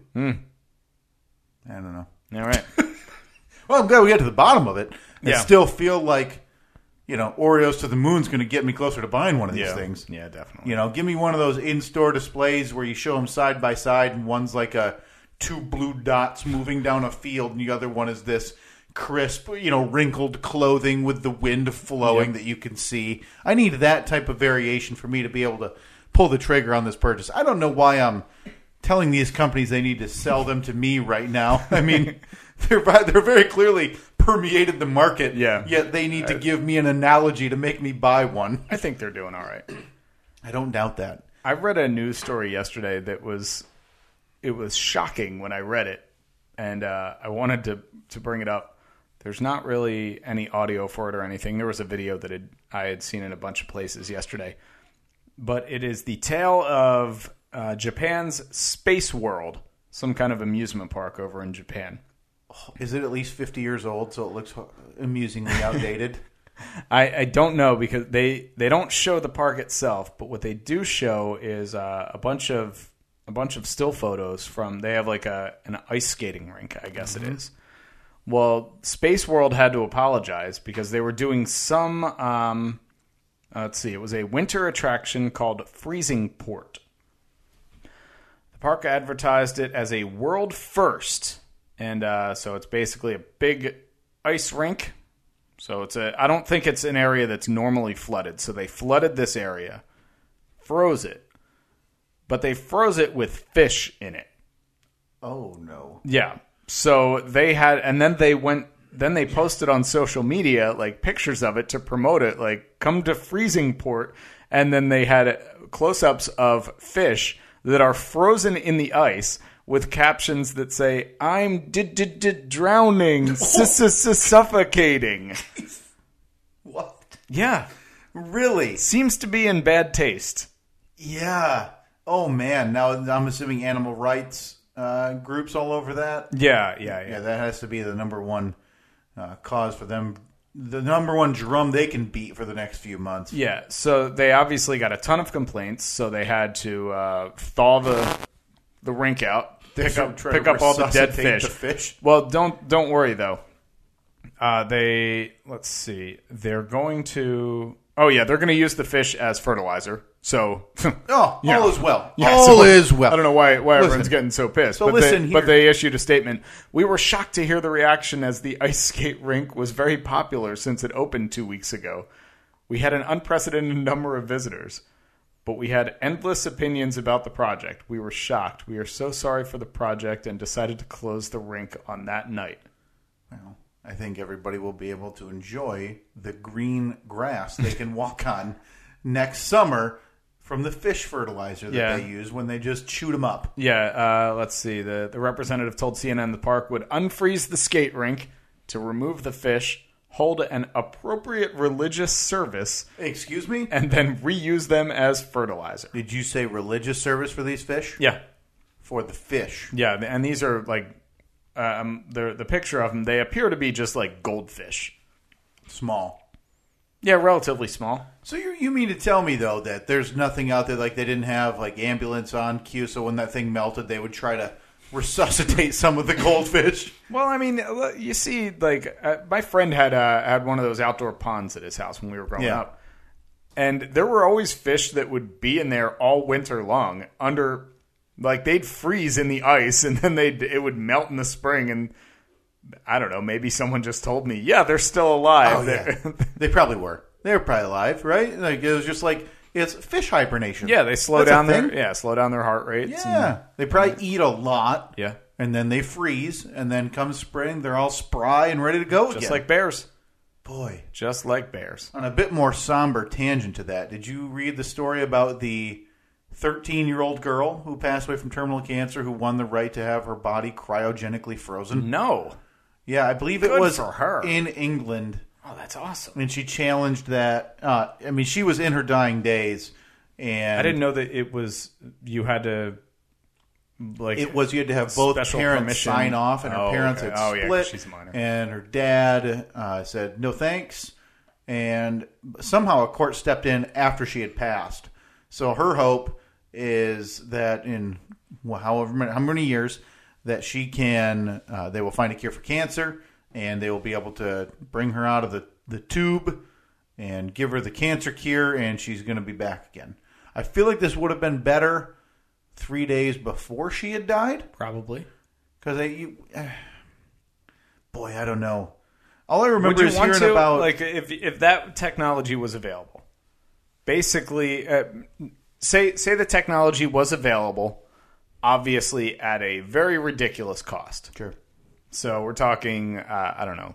A: I don't know.
B: All right.
A: Well, I'm glad we got to the bottom of it. I
B: Yeah.
A: still feel like, you know, Oreos to the moon's going to get me closer to buying one of these
B: yeah.
A: things.
B: Yeah, definitely.
A: You know, give me one of those in-store displays where you show them side by side, and one's like a two blue dots moving down a field, and the other one is this crisp, you know, wrinkled clothing with the wind flowing that you can see. I need that type of variation for me to be able to pull the trigger on this purchase. I don't know why I'm telling these companies they need to sell them to me right now. I mean, they're vi- they're very clearly permeated the market.
B: Yeah.
A: Yet they need to give me an analogy to make me buy one.
B: I think they're doing all right.
A: I don't doubt that.
B: I read a news story yesterday that was it was shocking when I read it, and uh, I wanted to to bring it up. There's not really any audio for it or anything. There was a video that had, I had seen in a bunch of places yesterday, but it is the tale of uh, Japan's space world, some kind of amusement park over in Japan.
A: Is it at least 50 years old so it looks amusingly outdated?
B: I, I don't know because they, they don't show the park itself, but what they do show is uh, a bunch of a bunch of still photos from. They have like a an ice skating rink, I guess it is. Well, Space World had to apologize because they were doing some. Um, uh, let's see, it was a winter attraction called Freezing Port. The park advertised it as a world first, and uh, so it's basically a big ice rink so it's a. I don't think it's an area that's normally flooded. So they flooded this area, froze it, but they froze it with fish in it.
A: oh, no.
B: Yeah. So they had, and then they went. Then they posted on social media like pictures of it to promote it, like come to freezing port, and then they had close-ups of fish that are frozen in the ice with captions that say, I'm d- d- d- drowning, s- s- s- suffocating.
A: What?
B: Yeah.
A: Really?
B: Seems to be in bad taste.
A: Yeah. Oh man. Now I'm assuming animal rights uh, groups all over that.
B: Yeah, yeah,
A: Yeah, that has to be the number one uh, cause for them. The number one drum they can beat for the next few months.
B: Yeah, so they obviously got a ton of complaints, so they had to uh, thaw the the rink out, pick
A: This'll
B: up
A: try to
B: pick up all the dead
A: resuscitate
B: fish.
A: the fish.
B: Well, don't don't worry though. Uh, they let's see, they're going to oh yeah, they're going to use the fish as fertilizer. So
A: Oh,
B: Yeah.
A: all is well.
B: Yeah,
A: all
B: so-
A: is well.
B: I don't know why why everyone's
A: Listen.
B: getting so pissed.
A: So
B: but,
A: listen
B: they,
A: here.
B: but they issued a statement. We were shocked to hear the reaction as the ice skate rink was very popular since it opened two weeks ago. We had an unprecedented number of visitors, but we had endless opinions about the project. We were shocked. We are so sorry for the project and decided to close the rink on that night.
A: Well, I think everybody will be able to enjoy the green grass they can walk on next summer from the fish fertilizer that
B: Yeah.
A: they use when they just chewed them up.
B: Yeah, uh, let's see. The, the representative told CNN the park would unfreeze the skate rink to remove the fish, hold an appropriate religious service,
A: Excuse me?
B: and then reuse them as fertilizer.
A: Did you say religious service for these fish?
B: Yeah,
A: For the fish.
B: yeah, and these are like um, the the picture of them. They appear to be just like goldfish.
A: Small.
B: Yeah, relatively small.
A: So you you mean to tell me though that there's nothing out there like they didn't have like ambulance on cue so when that thing melted they would try to resuscitate some of the goldfish?
B: Well, I mean, l- you see, like uh, my friend had uh, had one of those outdoor ponds at his house when we were growing
A: Yeah.
B: up, and there were always fish that would be in there all winter long under, like they'd freeze in the ice and then they would it would melt in the spring and. I don't know. Maybe someone just told me, yeah, they're still alive.
A: Oh,
B: They're-
A: yeah. they probably were. They were probably alive, right? Like it was just like it's fish hibernation.
B: Yeah, they slow
A: That's a
B: down their
A: thing.
B: yeah, slow down their heart rates. and-
A: Yeah, they probably eat a lot.
B: yeah,
A: and then they freeze, and then come spring, they're all spry and ready to go
B: just
A: again.
B: like bears,
A: boy.
B: just like bears.
A: On a bit more somber tangent to that, did you read the story about the 13 year old girl who passed away from terminal cancer who won the right to have her body cryogenically frozen?
B: No,
A: Yeah, I believe it
B: Mm-hmm. Good
A: was
B: for her.
A: in England.
B: oh, that's awesome.
A: And she challenged that. Uh, I mean, she was in her dying days, and
B: I didn't know that it was you had to like
A: it was you had to have both
B: Special
A: parents
B: permission.
A: sign off, and her
B: Oh,
A: parents
B: okay.
A: had
B: Oh, yeah,
A: split.
B: 'cause she's a minor.
A: And her dad uh, said no thanks, and somehow a court stepped in after she had passed. So her hope is that in well, however many, how many years that she can, uh, they will find a cure for cancer, and they will be able to bring her out of the the tube and give her the cancer cure, and she's going to be back again. I feel like this would have been better three days before she had died
B: probably.
A: because I, you, boy, I don't know. All I
B: Would
A: remember
B: you
A: is
B: want
A: hearing
B: to
A: about
B: like if if that technology was available? Basically, uh, say say the technology was available, obviously at a very ridiculous cost.
A: sure,
B: So we're talking, uh, I don't know,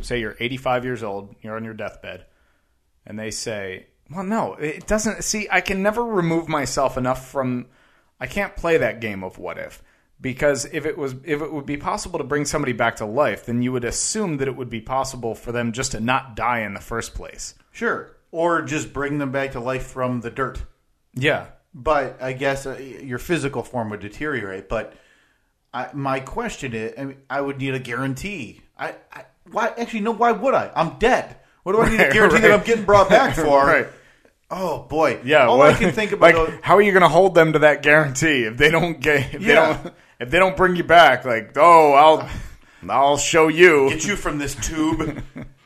B: say you're 85 years old, you're on your deathbed, and they say, well, no, it doesn't. See, I can never remove myself enough from. I can't play that game of what if because if it was if it would be possible to bring somebody back to life, then you would assume that it would be possible for them just to not die in the first place.
A: sure, or just bring them back to life from the dirt.
B: Yeah,
A: But I guess uh, your physical form would deteriorate. But I, my question is, I, mean, I would need a guarantee. I, I why actually no? Why would I? I'm dead. What do I need
B: Right,
A: a guarantee that
B: right.
A: I'm getting brought back for?
B: Right.
A: Oh boy,
B: yeah.
A: All I
B: well,
A: can think about.
B: like, how are you going to hold them to that guarantee if they don't get if they
A: Yeah.
B: don't if they don't bring you back? Like, oh, I'll I'll show you.
A: get you from this tube.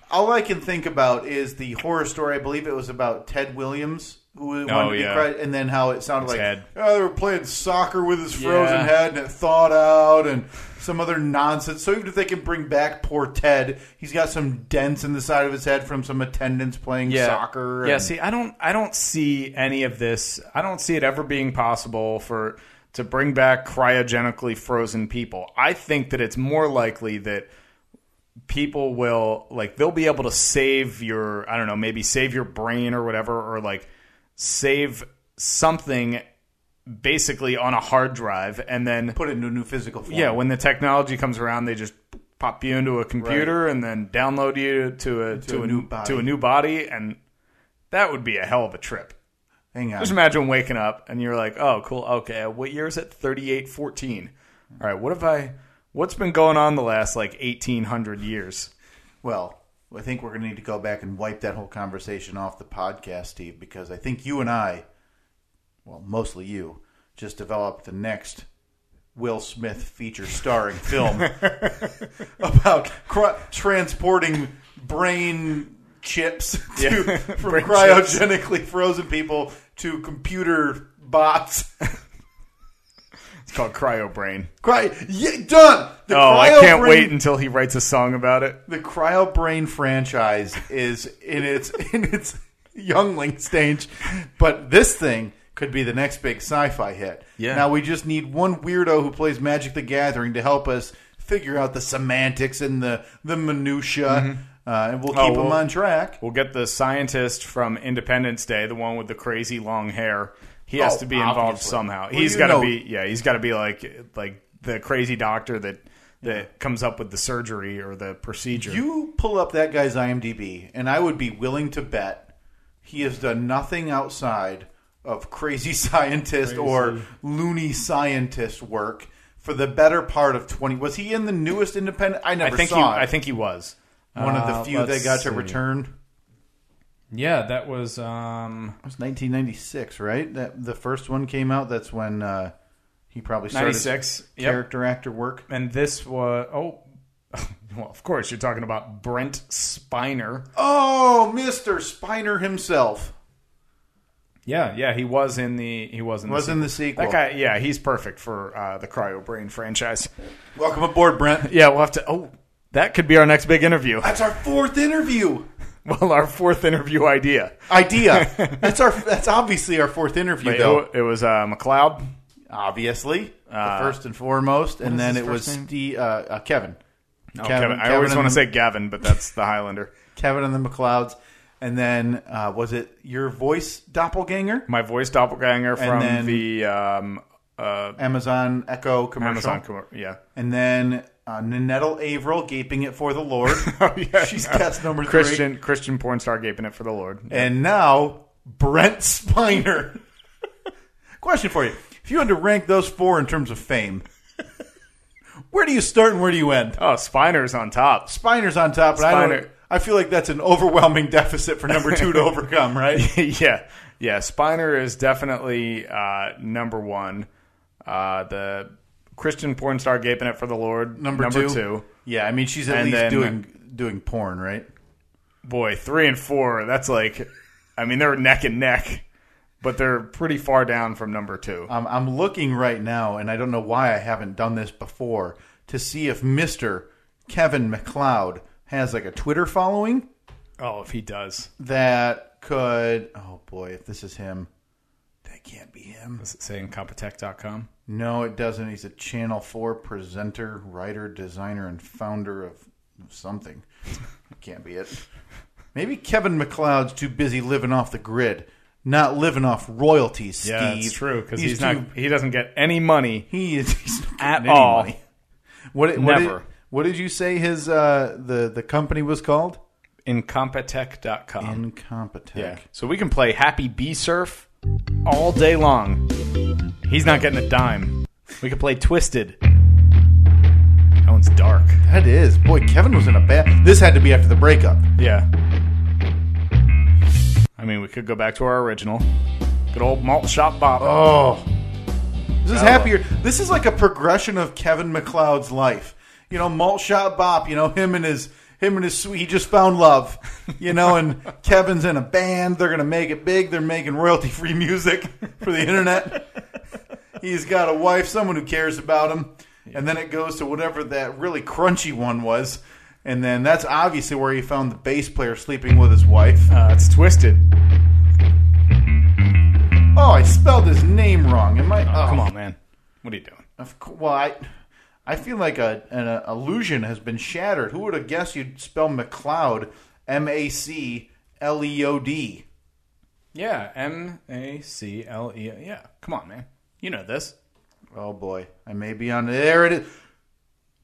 A: All I can think about is the horror story. I believe it was about Ted Williams who wanted to
B: Oh,
A: be
B: yeah.
A: cried, and then how it sounded like
B: head.
A: oh, they were playing soccer with his frozen
B: Yeah.
A: head and it thawed out and some other nonsense. So even if they can bring back poor Ted, he's got some dents in the side of his head from some attendants playing soccer.
B: Yeah,
A: and-
B: see, I don't I don't see any of this. I don't see it ever being possible for to bring back cryogenically frozen people. I think that it's more likely that people will like they'll be able to save your I don't know, maybe save your brain or whatever or like save something basically on a hard drive, and then
A: Put it into a new physical form.
B: yeah, when the technology comes around, they just pop you into a computer and then download you to a to
A: a
B: a
A: new
B: to
A: body.
B: a new body, and that would be a hell of a trip.
A: Hang on.
B: Just imagine waking up and you're like, oh, cool, okay, what year is it? 3814. All right, what have I, what's been going on the last like 1800 years?
A: Well, I think we're going to need to go back and wipe that whole conversation off the podcast, Steve, because I think you and I, well, mostly you, just developed the next Will Smith feature starring film about cr- transporting brain chips to, from
B: Brain
A: cryogenically frozen people to computer bots.
B: It's called Cryo Brain.
A: Cry- yeah, done. The
B: Oh, I can't
A: cryobrain-
B: wait until he writes a song about it.
A: the cryo brain franchise is in its in its youngling stage, but this thing could be the next big sci-fi hit.
B: Yeah.
A: Now we just need one weirdo who plays Magic the Gathering to help us figure out the semantics and the the minutia, uh, and we'll keep
B: Mm-hmm. Oh, well-
A: them on track.
B: We'll get the scientist from Independence Day, the one with the crazy long hair. He has
A: Oh,
B: to be involved
A: obviously.
B: somehow.
A: Well,
B: he's
A: you
B: got to
A: know-
B: be, yeah, he's got to be like like the crazy doctor that that comes up with the surgery or the procedure.
A: You pull up that guy's IMDb, and I would be willing to bet he has done nothing outside of crazy scientist or loony scientist work for the better part of twenty. Was he in the newest independent? I never
B: I think he,
A: saw. it.
B: I think he was.
A: one of
B: Uh,
A: the few that
B: let's
A: got
B: see.
A: to return.
B: Yeah, that was um
A: It was 1996, right? That the first one came out. That's when uh, he probably started his
B: 96. Yep.
A: character actor work.
B: And this was oh well, of course you're talking about Brent Spiner.
A: Oh, Mister Spiner himself
B: Yeah, yeah, he was in the he was in
A: was
B: the
A: in the sequel.
B: That guy, yeah, he's perfect for uh, the Cryo Brain franchise.
A: Welcome aboard, Brent.
B: Yeah, we'll have to. Oh, that could be our next big interview.
A: That's our fourth interview.
B: Well, our fourth interview idea.
A: idea. that's our. That's obviously our fourth interview,
B: It,
A: though.
B: it was uh, McLeod.
A: Obviously, the first and foremost, and then
B: Uh, his
A: it was
B: first name?
A: Steve, uh, uh, Kevin.
B: Oh, Kevin. I always
A: and
B: want to
A: the-
B: say Gavin, but that's the Highlander.
A: Kevin and the McLeods, and then uh, was it your voice doppelganger?
B: My voice doppelganger from
A: then-
B: the um, uh,
A: Amazon Echo commercial,
B: Amazon. Com- yeah.
A: and then uh, Nanette Averill gaping it for the Lord.
B: Oh, yeah.
A: She's guest number three.
B: Christian Christian porn star gaping it for the Lord.
A: And now Brent Spiner. Question for you: If you had to rank those four in terms of fame, where do you start and where do you end?
B: Oh, Spiner's on top.
A: Spiner's on top, and I
B: Spiner.
A: don't. I feel like that's an overwhelming deficit for number two to overcome, right?
B: yeah, yeah. Spiner is definitely uh, number one. Uh, the Christian porn star gaping it for the Lord.
A: Number,
B: number
A: two.
B: two.
A: Yeah, I mean she's at
B: And
A: least
B: then-
A: doing doing porn, right?
B: boy, three and four, that's like, I mean, they're neck and neck, but they're pretty far down from number two.
A: Um, I'm looking right now, and I don't know why I haven't done this before to see if Mister Kevin McLeod has like a Twitter following.
B: Oh, if he does,
A: that could oh boy if this is him that can't be him
B: does it say in Compotech.com?
A: no it doesn't he's a channel 4 presenter writer designer and founder of something can't be it maybe kevin mcleod's too busy living off the grid not living off royalties Steve.
B: Yeah, it's true because he's,
A: too-
B: not, he doesn't get any money.
A: he is he's not
B: At
A: getting any
B: all.
A: money. what, what
B: Never.
A: did, what did you say his uh the the company was called
B: In Compotech.com.
A: incompetent
B: Yeah. So we can play Happy Bee Surf all day long. He's not getting a dime. We can play Twisted. That one's dark.
A: that is boy kevin was in a bad this had to be after the breakup
B: Yeah. I mean, we could go back to our original. Good old malt shop bop.
A: Oh, this is happier. This is like a progression of Kevin McLeod's life. You know, malt shot bop. You know, him and his him and his sweet. He just found love. You know, and Kevin's in a band. They're gonna make it big. They're making royalty free music for the internet. He's got a wife, someone who cares about him, and then it goes to whatever that really crunchy one was. And then that's obviously where he found the bass player sleeping with his wife.
B: Uh, it's twisted.
A: Oh, I spelled his name wrong. Am I? Oh,
B: Come on, man. What are you doing?
A: Of course. Well, I, I feel like a, an uh illusion has been shattered. Who would have guessed you'd spell McLeod M A C L E O D?
B: Yeah, M A C L E. Yeah, come on, man. You know this.
A: Oh boy, I may be on there. It is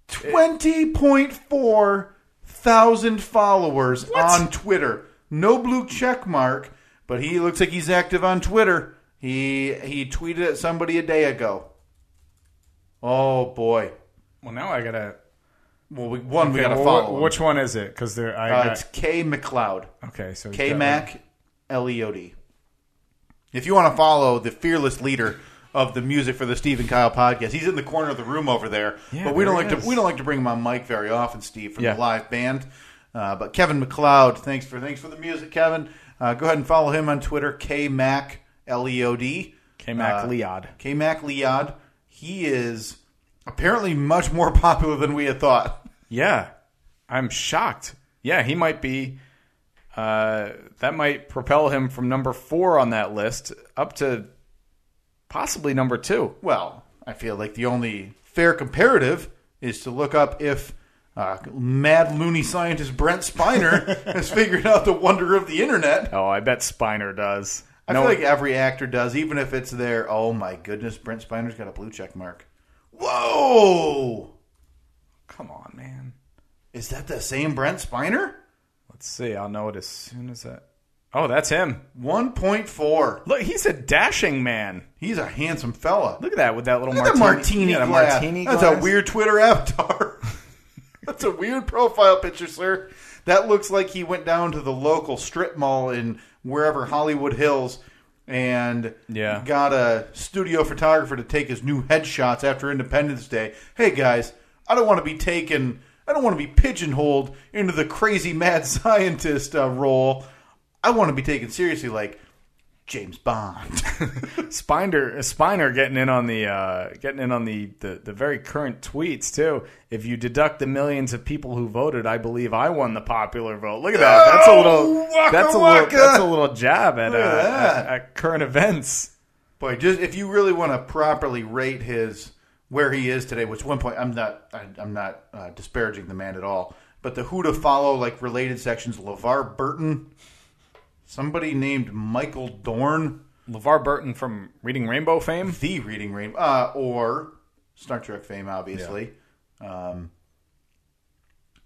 A: twenty point four thousand followers on Twitter. No blue check mark, but he looks like he's active on Twitter. He he tweeted at somebody a day ago. Oh boy.
C: Well, now I gotta.
A: Well, we, one we gotta
C: well,
A: follow.
C: wh-
A: him.
C: Which one is it? Because there, I
A: Uh,
C: got-
A: it's K McLeod.
C: okay. So
A: K Mac L E O D. If you want to follow the fearless leader of the music for the Steve and Kyle podcast, he's in the corner of the room over there.
C: Yeah,
A: but we don't
C: there
A: like
C: he is.
A: to we don't like to bring him on mic very often, Steve, from
C: Yeah.
A: the live band. Uh, but Kevin McLeod, thanks for thanks for the music, Kevin. Uh, go ahead and follow him on Twitter, K Mac L E O D.
B: K Mac
A: Uh,
B: Liad.
A: K Mac Liad. He is apparently much more popular than we had thought.
B: Yeah, I'm shocked. Yeah, he might be. Uh, that might propel him from number four on that list up to possibly number two.
A: Well, I feel like the only fair comparative is to look up if uh, mad loony scientist Brent Spiner has figured out the wonder of the internet.
B: Oh, I bet Spiner does.
A: I feel like every actor does, even if it's their, oh my goodness, Brent Spiner's got a blue check mark. Whoa!
B: come on, man.
A: Is that the same Brent Spiner?
B: Let's see. I'll know it as soon as that. Oh, that's him.
A: 1.4.
B: Look, he's a dashing man.
A: He's a handsome fella.
B: Look at that with that little
A: That's
B: martini.
A: a martini,
B: yeah, the
A: glass.
B: martini
A: That's
B: glass.
A: a weird Twitter avatar. That's a weird profile picture, sir. That looks like he went down to the local strip mall in wherever Hollywood Hills and
B: Yeah.
A: got a studio photographer to take his new headshots after Independence Day. Hey guys, I don't want to be taken. I don't want to be pigeonholed into the crazy mad scientist uh, role. I want to be taken seriously, like James Bond.
B: Spiner Spiner getting in on the uh, getting in on the, the the very current tweets too. If you deduct the millions of people who voted, I believe I won the popular vote. Look at that. That's a little
A: Oh, waka
B: that's a little
A: waka.
B: that's a little jab at, uh,
A: at
B: at,
A: that.
B: at current events.
A: Boy, just if you really want to properly rate his where he is today, which one point I'm not I, I'm not uh, disparaging the man at all, but the who to follow like related sections: LeVar Burton, somebody named Michael Dorn,
B: LeVar Burton from Reading Rainbow fame.
A: the Reading Rainbow, uh, or Star Trek fame, obviously. Um,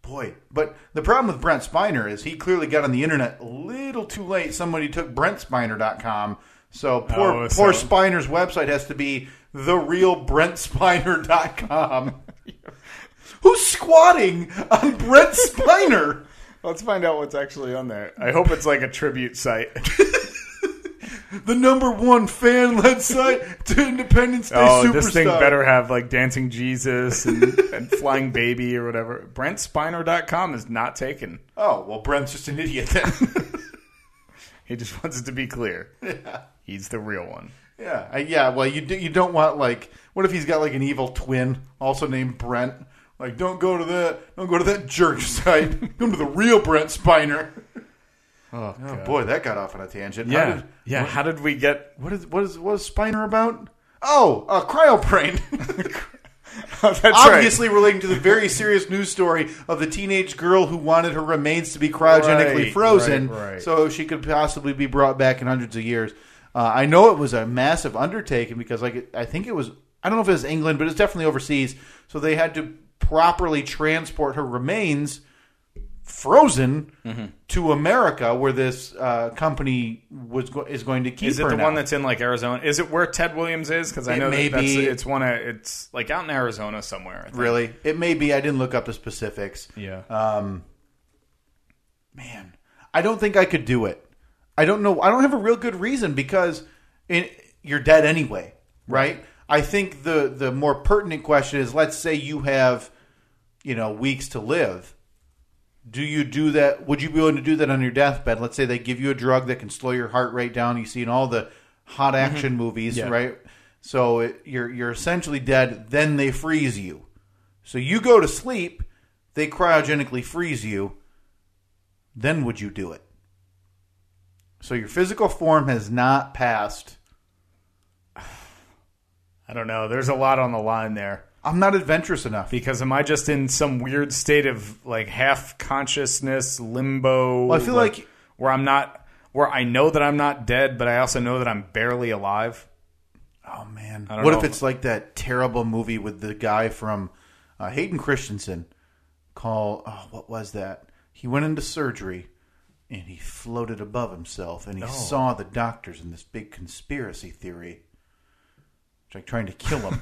A: boy, but the problem with Brent Spiner is he clearly got on the internet a little too late. Somebody took BrentSpiner.com. So poor
B: Oh,
A: poor
B: so-
A: Spiner's website has to be therealbrentspiner.com. Who's squatting on Brent Spiner?
B: Let's find out what's actually on there. I hope it's like a tribute site.
A: The number one fan led site to Independence Day
B: oh,
A: superstar.
B: this thing better have like dancing Jesus and, and flying baby or whatever. BrentSpiner.com is not taken.
A: Oh well, Brent's just an idiot then.
B: He just wants it to be clear. He's the real one.
A: Yeah, I, yeah. Well, you do, you don't want like what if he's got like an evil twin also named Brent? Like, don't go to that. Don't go to that jerk site. Come to the real Brent Spiner.
B: Oh,
A: Oh, boy, that got off on a tangent. How
B: yeah,
A: did-
B: yeah. How did we get?
A: what is what is what is Spiner about? Oh, uh, cryobrain.
B: That's
A: Obviously relating to the very serious news story of the teenage girl who wanted her remains to be cryogenically
B: Right,
A: frozen,
B: right, right.
A: so she could possibly be brought back in hundreds of years. Uh, I know it was a massive undertaking because, like, I think it was I don't know if it was England, but it's definitely overseas. So they had to properly transport her remains frozen
B: Mm-hmm.
A: to America, where this uh, company was go- is going to keep
B: Is it
A: her
B: the
A: now.
B: one that's in like Arizona? Is it where Ted Williams is? Because I
A: It
B: know
A: may
B: that that's,
A: be.
B: it's one. Of, it's like out in Arizona somewhere. I think.
A: Really, it may be. I didn't look up the specifics.
B: Yeah.
A: man, I don't think I could do it. I don't know. I don't have a real good reason because in, you're dead anyway, right? I think the the more pertinent question is: Let's say you have, you know, weeks to live. Do you do that? Would you be willing to do that on your deathbed? Let's say they give you a drug that can slow your heart rate down. You see in all the hot action movies, right? So it, you're you're essentially dead. Then they freeze you. So you go to sleep. They cryogenically freeze you then would you do it? So your physical form has not passed.
B: I don't know. There's a lot on the line there.
A: I'm not adventurous enough.
B: Because am I just in some weird state of like half consciousness limbo?
A: Well, I feel like-
B: where I'm not, where I know that I'm not dead, but I also know that I'm barely alive.
A: Oh man,
B: don't
A: what
B: know
A: if
B: if-
A: it's like that terrible movie with the guy from uh, Hayden Christensen? Call oh, what was that? He went into surgery and he floated above himself, and he saw the doctors in this big conspiracy theory, It's like trying to kill him.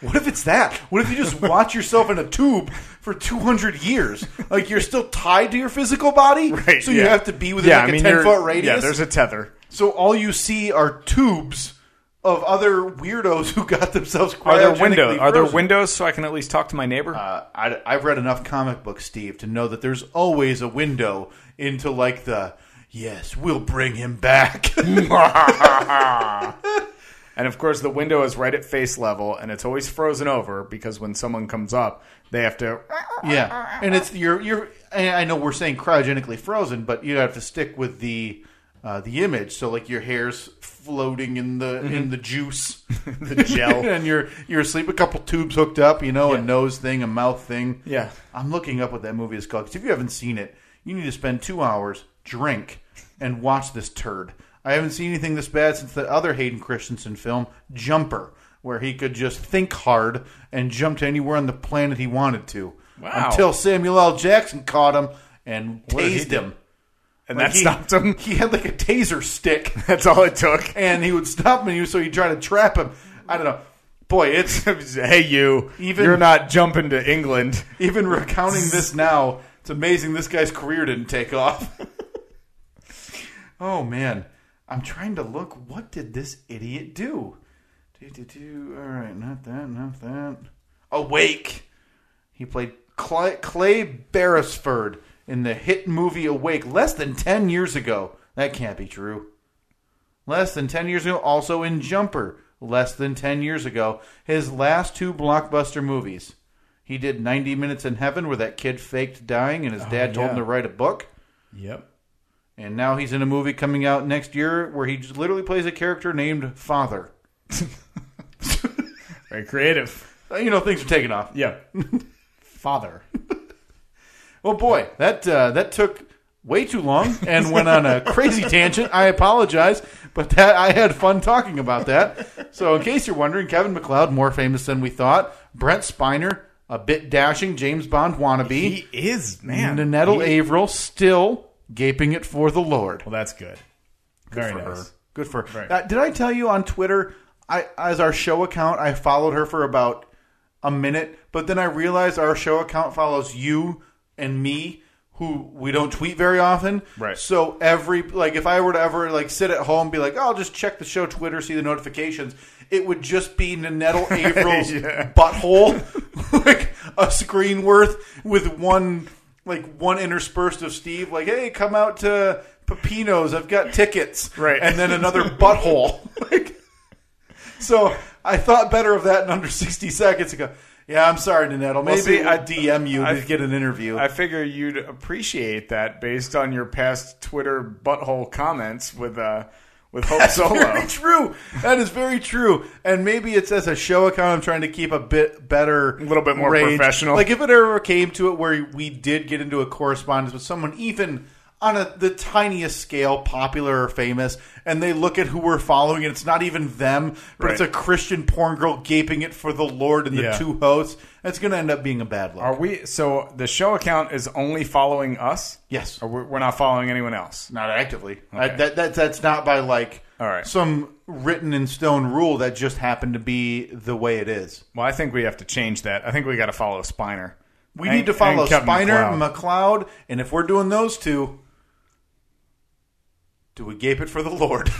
A: what if it's that? What if you just watch yourself in a tube for two hundred years? Like you're still tied to your physical body,
B: Right,
A: so you
B: yeah.
A: have to be within
B: Yeah,
A: like
B: I mean,
A: a ten
B: you're-
A: foot radius.
B: Yeah, there's a tether.
A: So all you see are tubes of other weirdos who got themselves cryogenically
B: Are there windows? Are there
A: frozen.
B: windows so I can at least talk to my neighbor?
A: Uh, I, I've read enough comic books, Steve, to know that there's always a window into like the yes, we'll bring him back.
B: and of course, the window is right at face level, and it's always frozen over because when someone comes up, they have to.
A: yeah, and it's you're you're. And I know we're saying cryogenically frozen, but you have to stick with the uh, the image. So like your hair's floating in the in the juice, the
B: gel.
A: and you're you're asleep. A couple tubes hooked up, you know, a nose thing, a mouth thing.
B: Yeah.
A: I'm looking up what that movie is called. 'cause if you haven't seen it, you need to spend two hours, drink, and watch this turd. I haven't seen anything this bad since that other Hayden Christensen film, Jumper, where he could just think hard and jump to anywhere on the planet he wanted to.
B: Wow.
A: Until Samuel L. Jackson caught him and
B: did he
A: tased
B: do?
A: him.
B: And
A: Like,
B: that
A: he-
B: stopped him.
A: He had like a taser stick,
B: That's all it took.
A: and he would stop him, and he, so he'd try to trap him. I don't know. Boy, it's
B: hey, you.
A: Even-
B: you're not jumping to England.
A: even recounting this now, it's amazing this guy's career didn't take off. oh man, I'm trying to look. What did this idiot do? Do do do. All right, not that, not that. Awake. He played Clay, Clay Beresford in the hit movie Awake less than ten years ago. That can't be true less than 10 years ago, also in Jumper, less than 10 years ago. His last two blockbuster movies. He did 90 Minutes in Heaven, where that kid faked dying and his dad told him
B: yeah.
A: to write a book.
B: Yep.
A: And now he's in a movie coming out next year where he just literally plays a character named Father.
B: Very creative.
A: Uh, You know, things are taking off.
B: Yep. Father.
A: Well, boy, that uh, that took way too long and went on a crazy tangent. I apologize, but that I had fun talking about that. So, in case you're wondering, Kevin McLeod more famous than we thought. Brent Spiner, a bit dashing James Bond wannabe.
B: He is, man.
A: and Nanette Averill still gaping it for the Lord.
B: Well, that's good. Very
A: for
B: nice.
A: her. Good for her.
B: Right.
A: Uh, did I tell you on Twitter? I as our show account, I followed her for about a minute, but then I realized our show account follows you and me, who we don't tweet very often.
B: Right.
A: So every like, if I were to ever like sit at home, and be like, oh, I'll just check the show Twitter, see the notifications. It would just be Nanette April's butthole, like a screen worth with one like one interspersed of Steve, like, hey, come out to Pepino's, I've got tickets,
B: Right.
A: and then another butthole. like, so I thought better of that in under sixty seconds ago. Yeah, I'm sorry, Nanette. Maybe
B: see,
A: I
B: I-
A: DM you
B: I-
A: to get an interview.
B: I figure you'd appreciate that based on your past Twitter butthole comments with uh with Hope Solo.
A: very true. That is very true. And maybe it's as a show account, I'm trying to keep a bit better, a
B: little bit more professional.
A: Like if it ever came to it where we did get into a correspondence with someone, even on a, the tiniest scale, popular or famous, and they look at who we're following, and it's not even them, but
B: Right.
A: it's a Christian porn girl gaping it for the Lord and the
B: Yeah.
A: two hosts. That's going to end up being a bad look.
B: Are we? So the show account is only following us.
A: Yes.
B: Or we're, we're not following anyone else.
A: Not actively. I, that, that that's not by like
B: All right.
A: some written in stone rule that just happened to be the way it is.
B: Well, I think we have to change that. I think we got to follow Spiner.
A: We
B: And-
A: need to follow
B: and Kevin
A: Spiner,
B: MacLeod.
A: McLeod. and if we're doing those two, do we gape it for the Lord?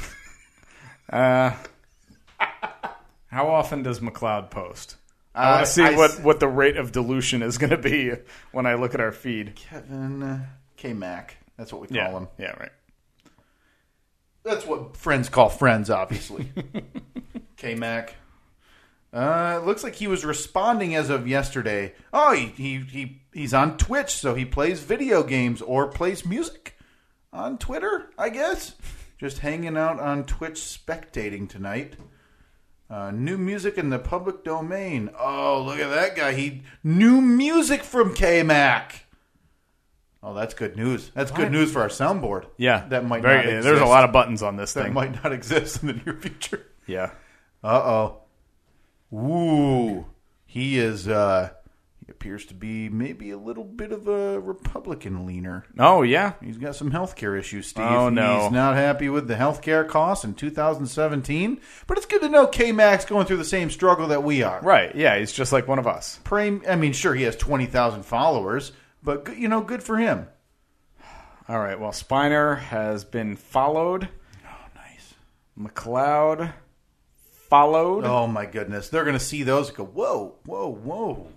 B: How often does McLeod post? I want
A: Uh,
B: to see
A: I
B: what,
A: s-
B: what the rate of dilution is going to be when I look at our feed.
A: Kevin K Mac. That's what we call
B: Yeah.
A: him.
B: Yeah. Right.
A: That's what friends call friends, obviously. K Mac. Uh, it looks like he was responding as of yesterday. Oh, he, he, he he's on Twitch, so he plays video games or plays music on Twitter, I guess. Just hanging out on Twitch spectating tonight. Uh, new music in the public domain. Oh, look at that guy. He new music from K Mac. Oh, that's good news. That's good news for our soundboard.
B: Yeah.
A: That might
B: Very,
A: not
B: There's a
A: exist
B: lot of buttons on this
A: that
B: thing.
A: might not exist in the near future.
B: yeah.
A: Uh oh. Ooh. He is uh he appears to be maybe a little bit of a Republican leaner.
B: Oh yeah,
A: He's got some health care issues, Steve.
B: Oh, no.
A: He's not happy with the health care costs in 2017. But it's good to know K Max going through the same struggle that we are.
B: right. Yeah, he's just like one of us.
A: Pray, I mean, sure, he has 20,000 followers, but, good, you know, good for him.
B: All right. Well, Spiner has been followed.
A: Oh, nice.
B: McLeod followed.
A: Oh, my goodness. They're going to see those and go, whoa, whoa, whoa.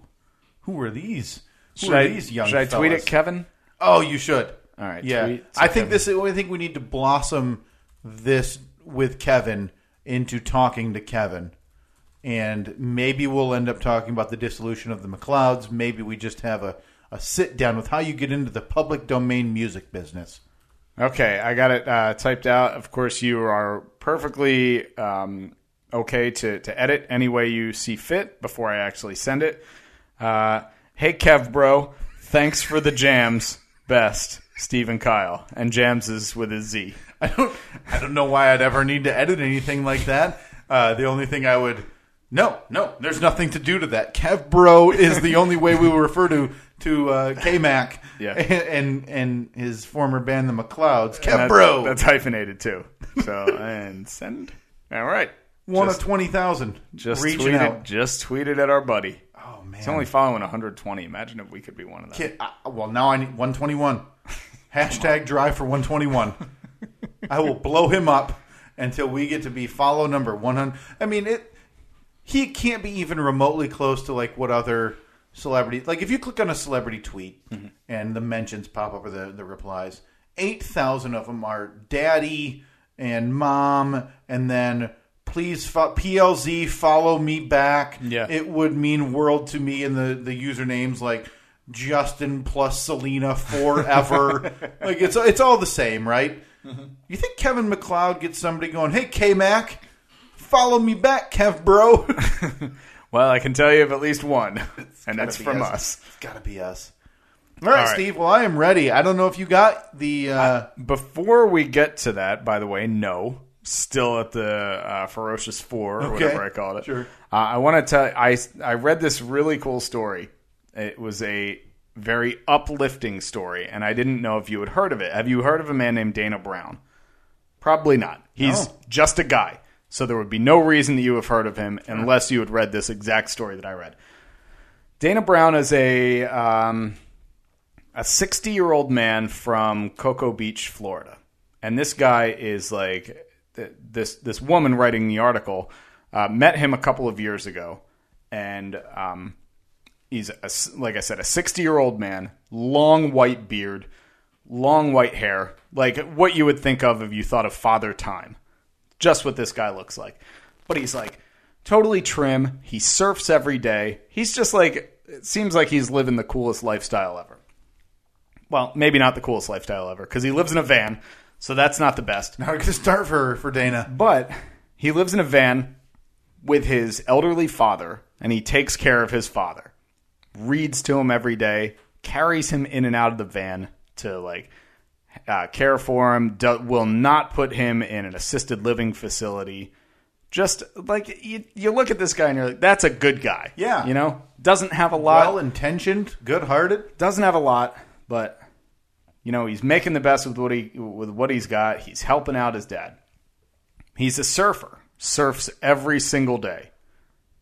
A: Who are these? Who
B: should
A: are
B: I,
A: these young
B: should I tweet
A: fellas?
B: at Kevin?
A: Oh, you should.
B: All right,
A: Yeah.
B: tweet to
A: I think
B: Kevin.
A: this. I think we need to blossom this with Kevin into talking to Kevin, and maybe we'll end up talking about the dissolution of the McLeods. Maybe we just have a, a sit down with how you get into the public domain music business.
B: Okay, I got it uh, typed out. Of course, you are perfectly um, okay to, to edit any way you see fit before I actually send it. Uh, hey, Kev, bro. Thanks for the jams. Best, Steve and Kyle. And jams is with a Z.
A: I don't. I don't know why I'd ever need to edit anything like that. Uh, the only thing I would. No, no, there's nothing to do to that. Kev Bro is the only way we will refer to to uh, K Mac
B: Yeah.
A: and, and his former band the McLeods. Kev
B: That's-
A: Bro,
B: That's hyphenated, too. So, and send. All right.
A: one
B: just,
A: of twenty thousand.
B: just
A: reaching
B: tweeted,
A: out.
B: Just tweeted at our buddy.
A: Oh man,
B: He's only following 120. Imagine if we could be one of them.
A: Kid- I- uh, well now I need one twenty one. Hashtag drive for one twenty one. I will blow him up until we get to be follow number one hundred. I mean it. He can't be even remotely close to like what other celebrity. Like if you click on a celebrity tweet and the mentions pop up or the the replies, eight thousand of them are daddy and mom, and then please fo- PLZ follow me back.
B: Yeah.
A: it would mean world to me. And the the usernames like. Justin plus Selena forever. like it's it's all the same, right? You think Kevin McLeod gets somebody going, hey, K Mac, follow me back, Kev Bro?
B: Well, I can tell you of at least one, and that's
A: be
B: from
A: us.
B: us.
A: it's got to be us. All right,
B: All right.
A: Steve. Well, I am ready. I don't know if you got the. Uh,
B: Before we get to that, by the way, no, still at the uh, ferocious four or
A: Okay,
B: whatever I called it.
A: sure.
B: Uh, I want to tell. I I read this really cool story. It was a very uplifting story, and I didn't know if you had heard of it. Have you heard of a man named Dana Brown? Probably not. He's
A: No.
B: just a guy, so there would be no reason that you have heard of him unless you had read this exact story that I read. Dana Brown is a um, a 60 year old man from Cocoa Beach, Florida. And this guy is like th- this this woman writing the article uh, met him a couple of years ago, and um, he's a s like I said, a 60 year old man, long white beard, long white hair, like what you would think of if you thought of Father Time, just what this guy looks like. But he's like totally trim. He surfs every day. He's just like it seems like he's living the coolest lifestyle ever well, maybe not the coolest lifestyle ever because he lives in a van, so that's not the best.
A: now we're going to start for, for Dana.
B: But he lives in a van with his elderly father and he takes care of his father, reads to him every day, carries him in and out of the van to like uh, care for him, do- will not put him in an assisted living facility. Just like you, you look at this guy and you're like, that's a good guy.
A: Yeah.
B: You know, doesn't have a lot
A: Well intentioned, good hearted.
B: doesn't have a lot, but you know he's making the best with what he with what he's got. He's helping out his dad. He's a surfer, surfs every single day.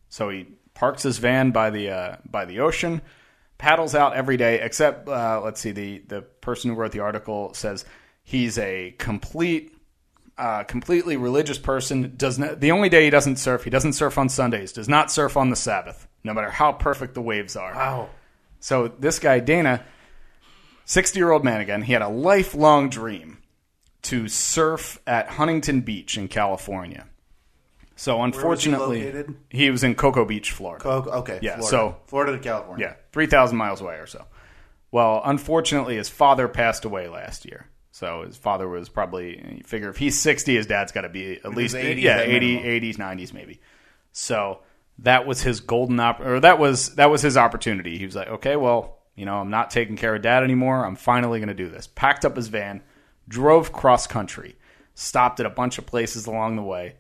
B: So he parks his van by the uh, by the ocean, paddles out every day. Except, uh, let's see, the the person who wrote the article says he's a complete, uh, completely religious person. Does not, the only day he doesn't surf, he doesn't surf on Sundays. Does not surf on the Sabbath, no matter how perfect the waves are.
A: Wow.
B: So this guy Dana, sixty-year-old man again, he had a lifelong dream to surf at Huntington Beach in California. So unfortunately,
A: located?
B: he was in Cocoa Beach, Florida.
A: Oh, okay.
B: Yeah,
A: Florida.
B: so-
A: Florida to California.
B: yeah, three thousand miles away or so. Well, unfortunately, his father passed away last year. So his father was probably you figure if he's sixty, his dad's got to be at least
A: 80s
B: yeah
A: at
B: 80,
A: minimum.
B: 80s, 90s maybe. So that was his golden op- or that was that was his opportunity. He was like, okay, well, you know, I'm not taking care of dad anymore. I'm finally going to do this. Packed up his van, drove cross country, stopped at a bunch of places along the way,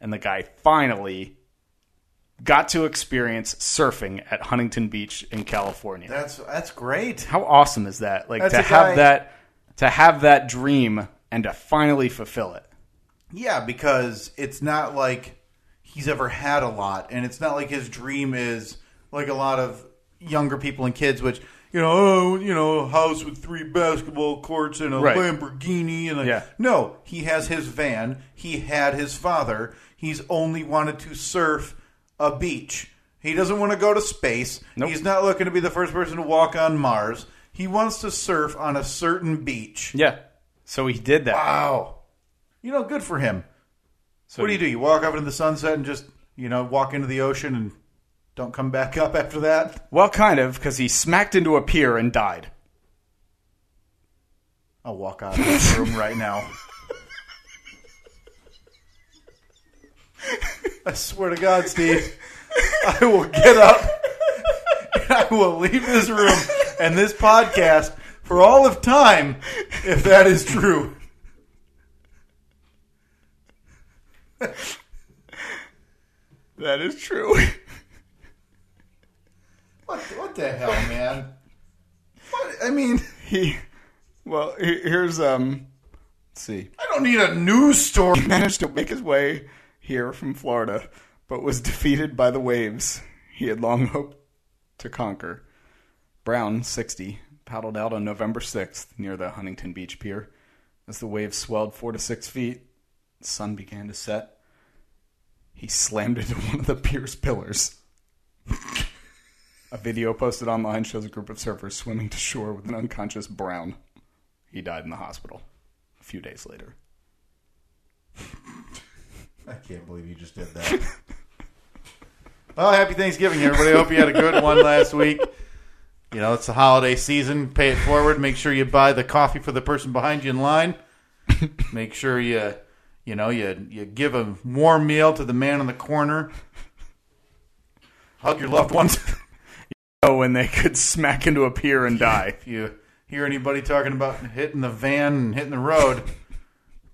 B: and the guy finally got to experience surfing at Huntington Beach in California.
A: That's that's great.
B: How awesome is that? Like
A: That's
B: to
A: a guy-
B: have that to have that dream and to finally fulfill it.
A: Yeah, because it's not like he's ever had a lot, and it's not like his dream is like a lot of younger people and kids, which you know, oh, you know, a house with three basketball courts and a
B: Right.
A: Lamborghini and a
B: Yeah.
A: no. He has his van. He had his father. He's only wanted to surf a beach. He doesn't want to go to space.
B: Nope.
A: He's not looking to be the first person to walk on Mars. He wants to surf on a certain beach.
B: Yeah. So he did that.
A: Wow. You know, good for him.
B: So
A: what do you do? You walk up into the sunset and just, you know, walk into the ocean and don't come back up after that?
B: Well, kind of, because he smacked into a pier and died.
A: I'll walk out of this room right now. I swear to God, Steve, I will get up and I will leave this room and this podcast for all of time if that is true.
B: That is true.
A: What, what the hell, man? What, I mean.
B: he, well, he- here's um, let's see.
A: I don't need a news story.
B: He managed to make his way here from Florida, but was defeated by the waves he had long hoped to conquer. Brown, 60, paddled out on November 6th near the Huntington Beach Pier. As the waves swelled four to six feet, the sun began to set. He slammed into one of the pier's pillars. a video posted online shows a group of surfers swimming to shore with an unconscious Brown. He died in the hospital a few days later.
A: I can't believe you just did that. well, happy Thanksgiving, everybody. I hope you had a good one last week. You know, it's the holiday season. Pay it forward. Make sure you buy the coffee for the person behind you in line. Make sure you, you know, you you give a warm meal to the man in the corner. Hug your loved ones.
B: Oh, when they could smack into a pier and die.
A: if you hear anybody talking about hitting the van and hitting the road,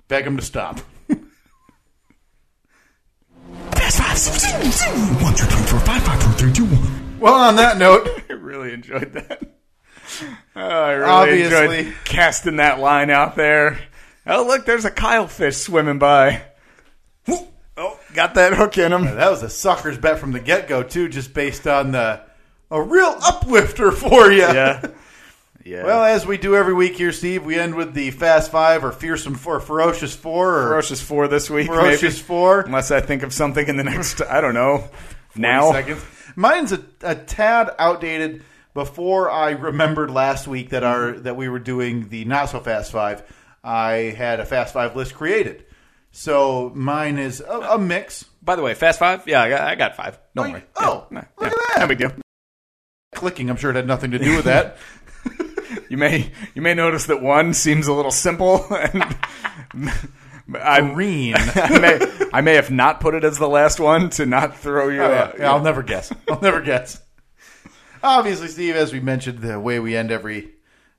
A: beg them to stop.
D: That's five, six, seven, seven, one, two, three, four, five, five, four, three, two, one.
A: Well, on that note.
B: I really enjoyed that. Oh, I really
A: Obviously.
B: enjoyed casting that line out there. Oh, look, there's a Kyle fish swimming by. Whoop. Oh, got that hook in him.
A: That was a sucker's bet from the get go too, just based on the a real uplifter for you.
B: Yeah. Yeah.
A: Well, as we do every week here, Steve, we end with the Fast Five or Fearsome Four, Ferocious Four, or
B: ferocious four this week,
A: Ferocious
B: maybe.
A: Four.
B: Unless I think of something in the next, I don't know, now.
A: seconds. Mine's a, a tad outdated. Before I remembered last week that our that we were doing the not so fast five, I had a fast five list created. So mine is a, a mix.
B: By the way, fast five? Yeah, I got, I got five. Don't worry.
A: Oh,
B: Yeah.
A: look
B: Yeah.
A: at
B: No
A: that!
B: big deal.
A: Clicking, I'm sure it had nothing to do with that.
B: You may you may notice that one seems a little simple, and I'm,
A: Green.
B: I may I may have not put it as the last one to not throw you.
A: Oh, yeah.
B: out.
A: Yeah, I'll never guess. I'll never guess. Obviously, Steve, as we mentioned, the way we end every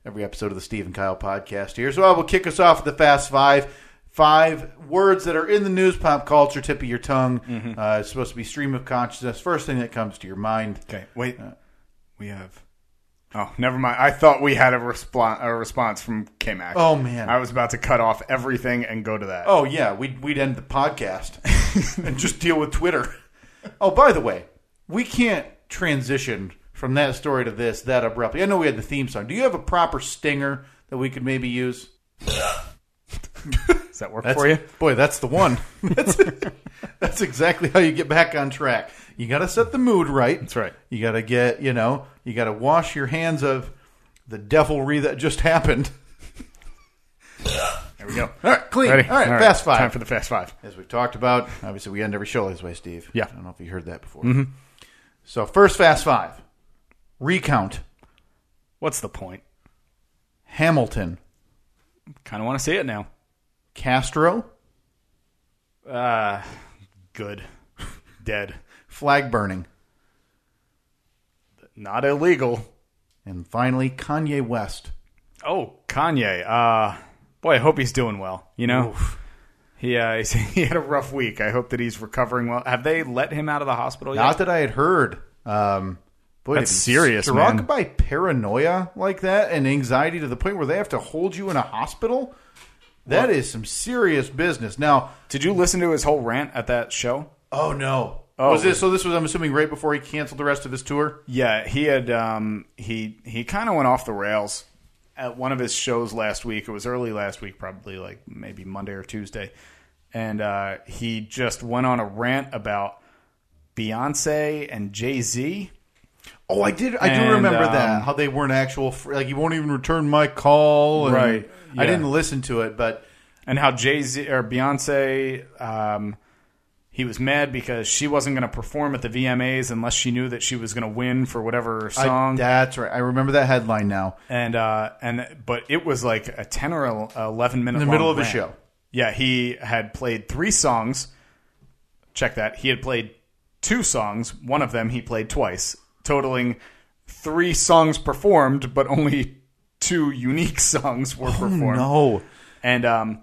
A: every episode of the Steve and Kyle podcast here. So I will kick us off with the Fast Five. Five words that are in the news, pop culture, tip of your tongue. Uh, it's supposed to be stream of consciousness. First thing that comes to your mind.
B: Okay, wait. we have. Uh. Oh, never mind. I thought we had a response a response from KMAC.
A: Oh, man.
B: I was about to cut off everything and go to that.
A: Oh yeah, we'd we'd end the podcast and just deal with Twitter. Oh, by the way, we can't transition from that story to this that abruptly. I know we had the theme song. Do you have a proper stinger that we could maybe use?
B: Does that work
A: That's-
B: for you?
A: Boy, that's the one. that's, that's exactly how you get back on track. You got to set the mood right. That's
B: right.
A: You got to get, you know, you got to wash your hands of the devilry that just happened.
B: There we go.
A: All right, clean. All right, fast five.
B: Time for the fast five.
A: As we've talked about, obviously we end every show this way, Steve.
B: Yeah.
A: I don't know if you heard that before. So, first fast five recount
B: What's the point?
A: Hamilton,
B: Kind of want to see it now.
A: Castro,
B: Uh, good. Dead.
A: flag burning,
B: Not illegal.
A: and finally Kanye West.
B: Oh, Kanye. Uh boy, I hope he's doing well. You know, He, uh, he's- he had a rough week. I hope that he's recovering well. Have they let him out of the hospital yet?
A: Not that I had heard. Um, boy,
B: That's
A: to be
B: serious,
A: Struck
B: man.
A: by paranoia like that and anxiety to the point where they have to hold you in a hospital. That is some serious business. Now,
B: Did you listen to his whole rant at that show?
A: oh no,
B: Oh.
A: was this? So this was, I'm assuming, right before he canceled the rest of his tour.
B: Yeah, he had um, he he kind of went off the rails at one of his shows last week. It was early last week, probably like maybe Monday or Tuesday, and uh, he just went on a rant about Beyonce and Jay Z.
A: Oh, I did. I
B: And,
A: do remember
B: um,
A: that. How they weren't actual. fr- Like you won't even return my call. and-
B: Right,
A: I
B: yeah.
A: didn't listen to it, but
B: and how Jay Z or Beyonce, um, he was mad because she wasn't going to perform at the VMAs unless she knew that she was going to win for whatever
A: I-
B: song.
A: that's right. I remember that headline now.
B: and uh, and but it was like a ten or el- eleven minute
A: In the
B: long
A: middle of a
B: rant.
A: show.
B: Yeah, he had played three songs. Check that. He had played two songs. One of them he played twice, totaling three songs performed, but only two unique songs were performed
A: Oh, No,
B: and um,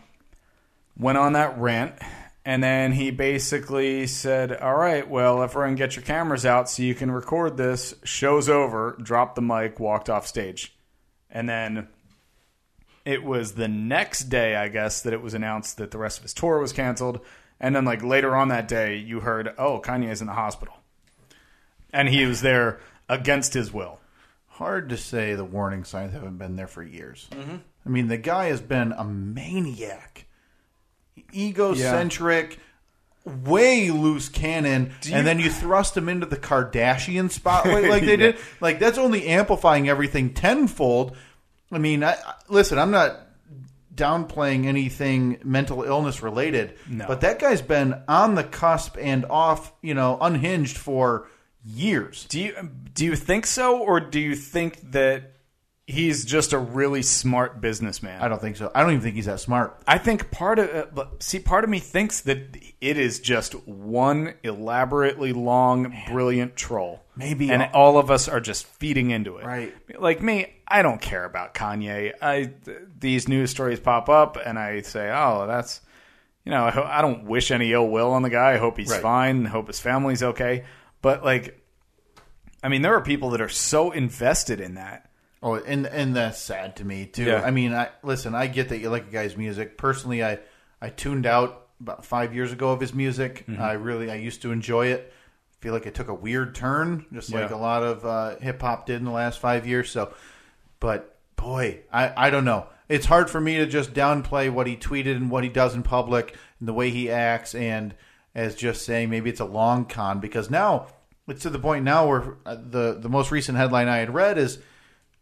B: went on that rant. And then he basically said, "All right, well, everyone, get your cameras out so you can record this." Show's over. Dropped the mic. Walked off stage. And then it was the next day, I guess, that it was announced that the rest of his tour was canceled. And then, like later on that day, you heard, "Oh, Kanye's in the hospital," and he was there against his will.
A: hard to say the warning signs haven't been there for years. I mean, the guy has been a maniac, egocentric, way loose cannon, and then you thrust him into the Kardashian spotlight like they did. Like that's only amplifying everything tenfold. I mean, I, I- listen, I'm not downplaying anything mental illness related, but that guy's been on the cusp and off, you know, unhinged for years.
B: Do you do you think so, or do you think that he's just a really smart businessman?
A: I don't think so. I don't even think he's that smart.
B: I think part of uh, but- see part of me thinks that it is just one elaborately long, brilliant troll.
A: Maybe
B: and
A: I'll-
B: all of us are just feeding into it.
A: Right.
B: Like me, I don't care about Kanye. I th- these news stories pop up, and I say, oh, that's you know, I, ho- I don't wish any ill will on the guy. I hope he's
A: Right.
B: fine. Hope his family's okay. But like, I mean, there are people that are so invested in that.
A: Oh, and and that's sad to me too.
B: Yeah.
A: I mean, I listen. I get that you like a guy's music. Personally, I I tuned out about five years ago of his music.
B: Mm-hmm.
A: I really I used to enjoy it. Feel like it took a weird turn, just like
B: Yeah.
A: a lot of uh, hip hop did in the last five years. So, but boy, I I don't know. It's hard for me to just downplay what he tweeted and what he does in public and the way he acts and as just saying maybe it's a long con because now it's to the point now where uh, the the most recent headline I had read is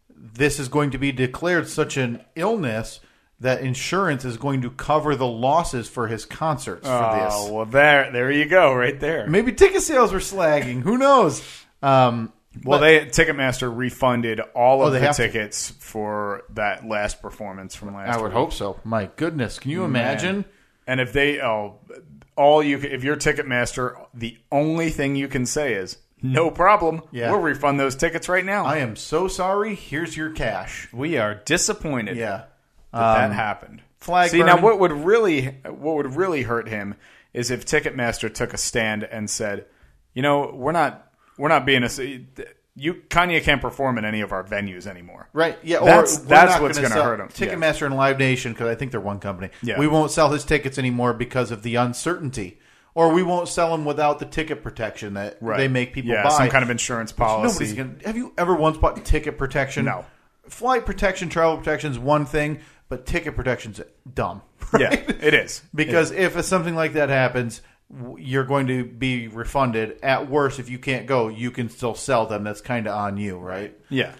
A: this is going to be declared such an illness that insurance is going to cover the losses for his concerts for
B: Oh
A: this.
B: well, there, there you go, right there.
A: Maybe ticket sales were slagging. Who knows? Um,
B: Well, they Ticketmaster refunded all of
A: Oh, they
B: the
A: have to.
B: tickets for that last performance from last.
A: I would
B: week.
A: hope so. My goodness, can you imagine?
B: And if they, oh, all you, if you're Ticketmaster, the only thing you can say is no problem.
A: Yeah.
B: we'll refund those tickets right now.
A: I am so sorry. Here's your cash.
B: we are disappointed.
A: Yeah. Um,
B: that, that happened.
A: flag
B: See now,
A: burn.
B: what would really, what would really hurt him is if Ticketmaster took a stand and said, you know, we're not, we're not being a. You Kanye can't perform in any of our venues anymore.
A: Right. Yeah. Or
B: That's
A: we're
B: that's
A: not
B: what's
A: gonna
B: going to
A: sell-
B: hurt him. Yeah.
A: Ticketmaster and Live Nation, because I think they're one company.
B: Yeah.
A: We won't sell his tickets anymore because of the uncertainty, or we won't sell them without the ticket protection that
B: Right.
A: they make people
B: yeah,
A: buy.
B: some kind of insurance policy.
A: Nobody's gonna. Have you ever once bought ticket protection?
B: No.
A: Flight protection, travel protection is one thing, but ticket protection's dumb. right?
B: Yeah, it is.
A: Because if something like that happens, w- you're going to be refunded. At worst, if you can't go, you can still sell them. That's kind of on you, right?
B: Yeah.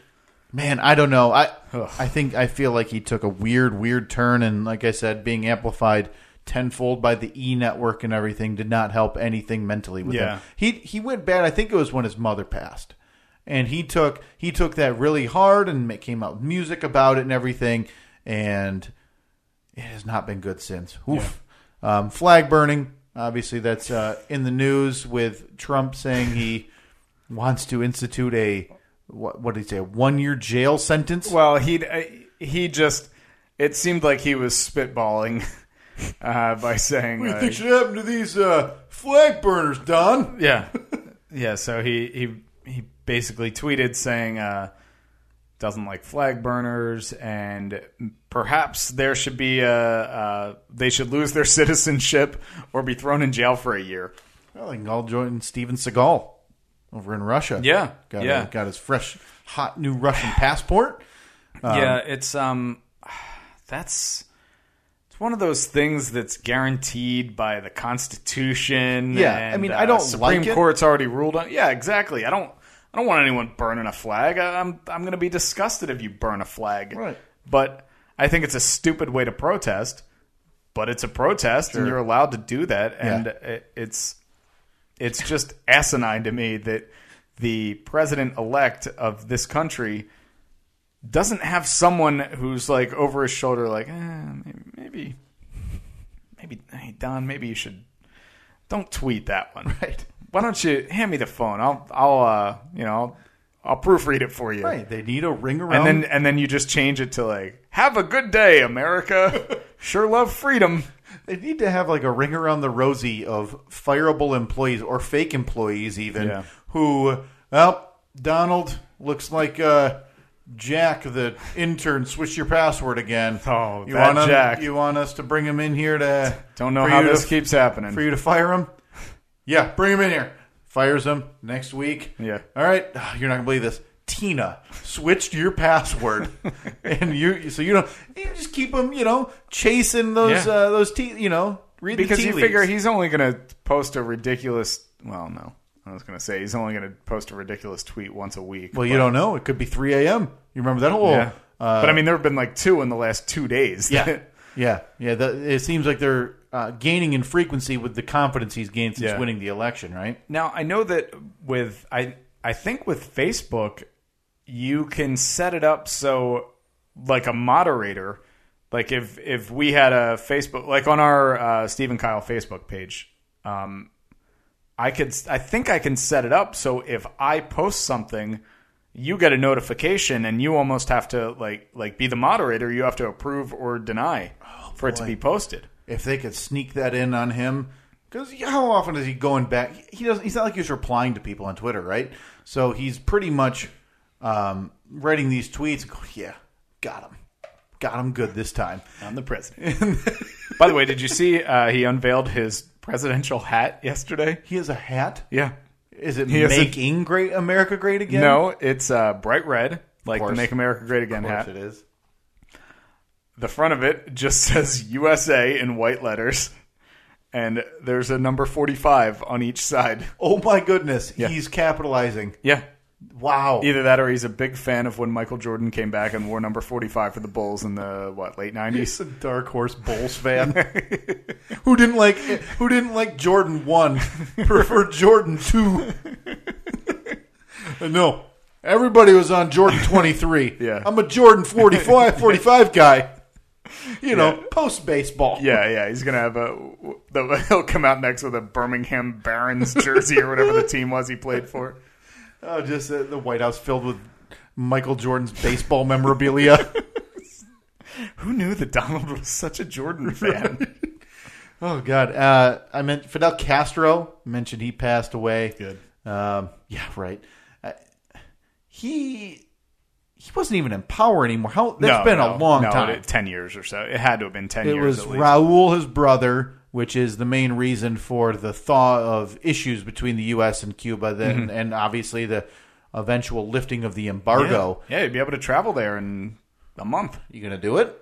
A: Man, I don't know. I I think I feel like he took a weird, weird turn, and like I said, being amplified tenfold by the E network and everything did not help anything mentally with
B: Yeah.
A: him. He he went bad. I think it was when his mother passed, and he took he took that really hard and it came out with music about it and everything, and it has not been good since. Oof. Um, flag burning, obviously, that's uh, in the news with Trump saying he wants to institute a what, what did he say? A one year jail sentence.
B: uh, Well, he he just it seemed like he was spitballing uh, by saying,
A: What do you
B: uh,
A: think should happen to these uh, flag burners, Don?
B: yeah, yeah. So he he he basically tweeted saying uh, doesn't like flag burners, and perhaps there should be a uh, they should lose their citizenship or be thrown in jail for a year.
A: Well, they can all join Steven Seagal over in Russia.
B: Yeah,
A: got a-
B: yeah.
A: got his fresh, hot new Russian passport.
B: yeah, it's um, that's it's one of those things that's guaranteed by the Constitution.
A: Yeah,
B: and,
A: I mean,
B: uh,
A: I don't
B: Supreme
A: like it.
B: Court's already ruled on. Yeah, exactly. I don't. I don't want anyone burning a flag. I, I'm I'm going to be disgusted if you burn a flag.
A: Right.
B: But I think it's a stupid way to protest. But it's a protest, and you're allowed to do that. And it, it's it's just asinine to me that the president elect of this country doesn't have someone who's like over his shoulder, like eh, maybe, maybe, hey Don, maybe you should don't tweet that one. Right? Why don't you hand me the phone? I'll, I'll, uh, you know, I'll, I'll proofread it for you.
A: Right, they need a ring around.
B: And then, and then you just change it to like, "Have a good day, America. sure love freedom."
A: They need to have like a ring around the rosy of fireable employees or fake employees, even
B: Yeah.
A: who, well, Donald looks like uh, Jack, the intern. Switch your password again.
B: Oh,
A: you
B: that
A: want him-
B: Jack.
A: You want us to bring him in here to?
B: Don't know
A: for
B: how
A: you to-
B: this keeps happening.
A: for you to fire him. Yeah, bring him in here. Fires him next week.
B: Yeah.
A: All right, Ah, you're not gonna believe this. Tina switched your password, and you so you don't you just keep him you know chasing those
B: Yeah.
A: uh, those tea you know read
B: because
A: the tea
B: you
A: leaves.
B: figure he's only going to post a ridiculous. Well, no, I was going to say he's only going to post a ridiculous tweet once a week.
A: well you don't know it could be 3 a.m. You remember that whole
B: Yeah.
A: uh,
B: but I mean, there have been like two in the last two days.
A: yeah yeah yeah the, it seems like they're uh, gaining in frequency with the confidence he's gained since
B: Yeah.
A: winning the election right
B: now I know that with I I think with Facebook, you can set it up so like a moderator. Like if if we had a Facebook like on our uh, Stephen Kyle Facebook page, um, I could I think I can set it up so if I post something, you get a notification and you almost have to like like be the moderator. You have to approve or deny for it to be posted.
A: if they could sneak that in on him because how often is he going back he doesn't he's not like he's replying to people on twitter right so he's pretty much um, writing these tweets and going, yeah got him got him good this time
B: I'm the president. By the way, did you see uh, he unveiled his presidential hat yesterday?
A: he has a hat
B: Yeah.
A: is it
B: has a-
A: making great america great again
B: No, it's uh, bright red, like the
A: course.
B: Make America Great Again
A: of course
B: hat.
A: it is
B: The front of it just says USA in white letters, and there's a number 45 on each side.
A: oh my goodness he's capitalizing
B: Yeah.
A: wow
B: Either that or he's a big fan of when Michael Jordan came back and wore number 45 for the Bulls in the, what, late 90s?
A: He's a dark horse Bulls fan who didn't like who didn't like Jordan one, preferred Jordan two. no, everybody was on Jordan twenty three.
B: Yeah.
A: I'm a Jordan 45, 45 guy. You know, post baseball.
B: Yeah, yeah, he's gonna have a. The, he'll come out next with a Birmingham Barons jersey or whatever the team was he played for.
A: oh, just uh, the White House filled with Michael Jordan's baseball memorabilia.
B: Who knew that Donald was such a Jordan fan?
A: Oh God! Uh, I meant Fidel Castro mentioned he passed away.
B: Good.
A: Um, yeah, right. Uh, he he wasn't even in power anymore. How that's been a long
B: no,
A: time.
B: it-
A: It,
B: ten years or so. It had to have been ten years.
A: was
B: at least.
A: Raul, his brother, which is the main reason for the thaw of issues between the U.S. and Cuba, then
B: Mm-hmm.
A: and obviously the eventual lifting of the embargo.
B: Yeah, you'd be able to travel there in a month.
A: You gonna do it?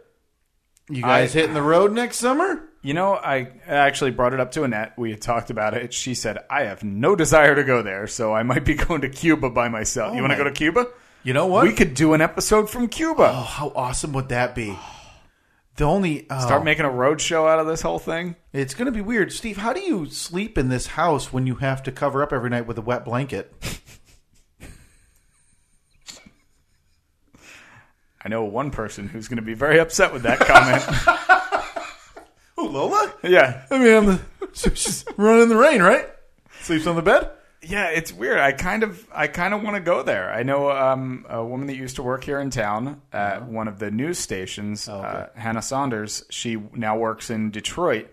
A: You guys hitting the road next summer?
B: You know, I actually brought it up to Annette. We had talked about it. She said, "I have no desire to go there, so I might be going to Cuba by myself." you want to
A: Oh my-
B: go to Cuba?
A: You know what?
B: We could do an episode from Cuba.
A: oh, how awesome would that be? The only oh.
B: Start making a road show out of this whole thing.
A: It's going to be weird. Steve, how do you sleep in this house when you have to cover up every night with a wet blanket?
B: I know one person who's going to be very upset with that comment.
A: Oh, Lola?
B: yeah,
A: I mean, I'm the, so she's running in the rain, right? Sleeps on the bed?
B: yeah, it's weird. I kind of I kind of want to go there. I know um, a woman that used to work here in town at one of the news stations, uh, Hannah Saunders. She now works in Detroit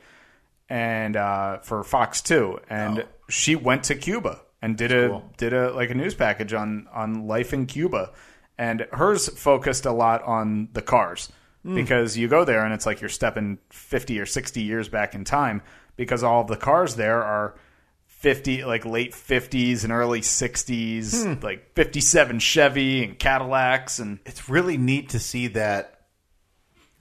B: and uh, for Fox Two, and she went to Cuba and did a did a like a news package on on life in Cuba, and hers focused a lot on the cars because you go there and it's like you're stepping fifty or sixty years back in time because all the cars there are. 50 like late 50s and early
A: Hmm.
B: 60s like 57 chevy and cadillacs and
A: it's really neat to see that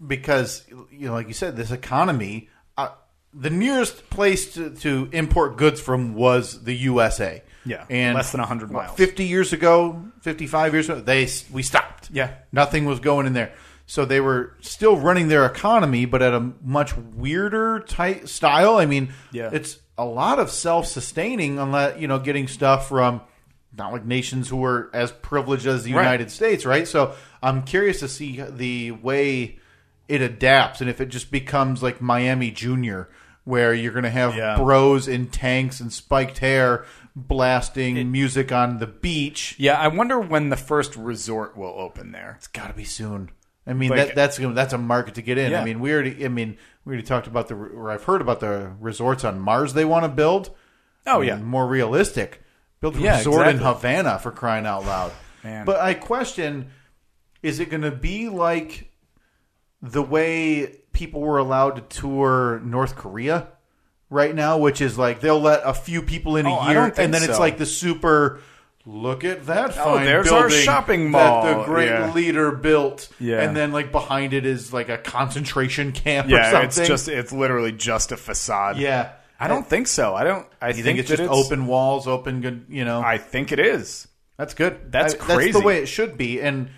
A: because you know like you said this economy uh, the nearest place to, to import goods from was the USA
B: Yeah,
A: and
B: less than 100
A: what,
B: miles.
A: 50 years ago 55 years ago they we stopped
B: Yeah.
A: nothing was going in there so they were still running their economy but at a much weirder type style I mean
B: Yeah.
A: it's a lot of self-sustaining unless you know getting stuff from not like nations who are as privileged as the
B: Right.
A: United States, right? So I'm curious to see the way it adapts and if it just becomes like Miami Junior, where you're going to have
B: Yeah.
A: bros in tanks and spiked hair blasting music on the beach.
B: yeah i wonder when the first resort will open there
A: It's got to be soon. I mean
B: Like-
A: that, that's gonna- that's a market to get in.
B: Yeah.
A: I mean we already I mean we already talked about the or I've heard about the resorts on Mars they want to build.
B: oh
A: I
B: yeah
A: mean, more realistic. Build a
B: Yeah,
A: resort in
B: exactly.
A: Havana for crying out loud.
B: Man.
A: But I question: Is it going to be like the way people were allowed to tour North Korea right now, which is like they'll let a few people in a
B: Oh, I
A: year,
B: don't think
A: and then it's
B: so.
A: like the super. Look at that!
B: Oh,
A: Fine
B: there's our
A: building
B: shopping
A: that
B: mall."
A: the great
B: Yeah.
A: leader built,
B: Yeah.
A: and then like behind it is like a concentration camp or
B: yeah
A: something.
B: it's just it's literally just a facade
A: yeah.
B: i don't think so i don't i
A: You
B: think,
A: think it's
B: that
A: just open walls, open good, you know.
B: i think it is
A: That's good.
B: That's
A: That's
B: crazy.
A: the way it should be, and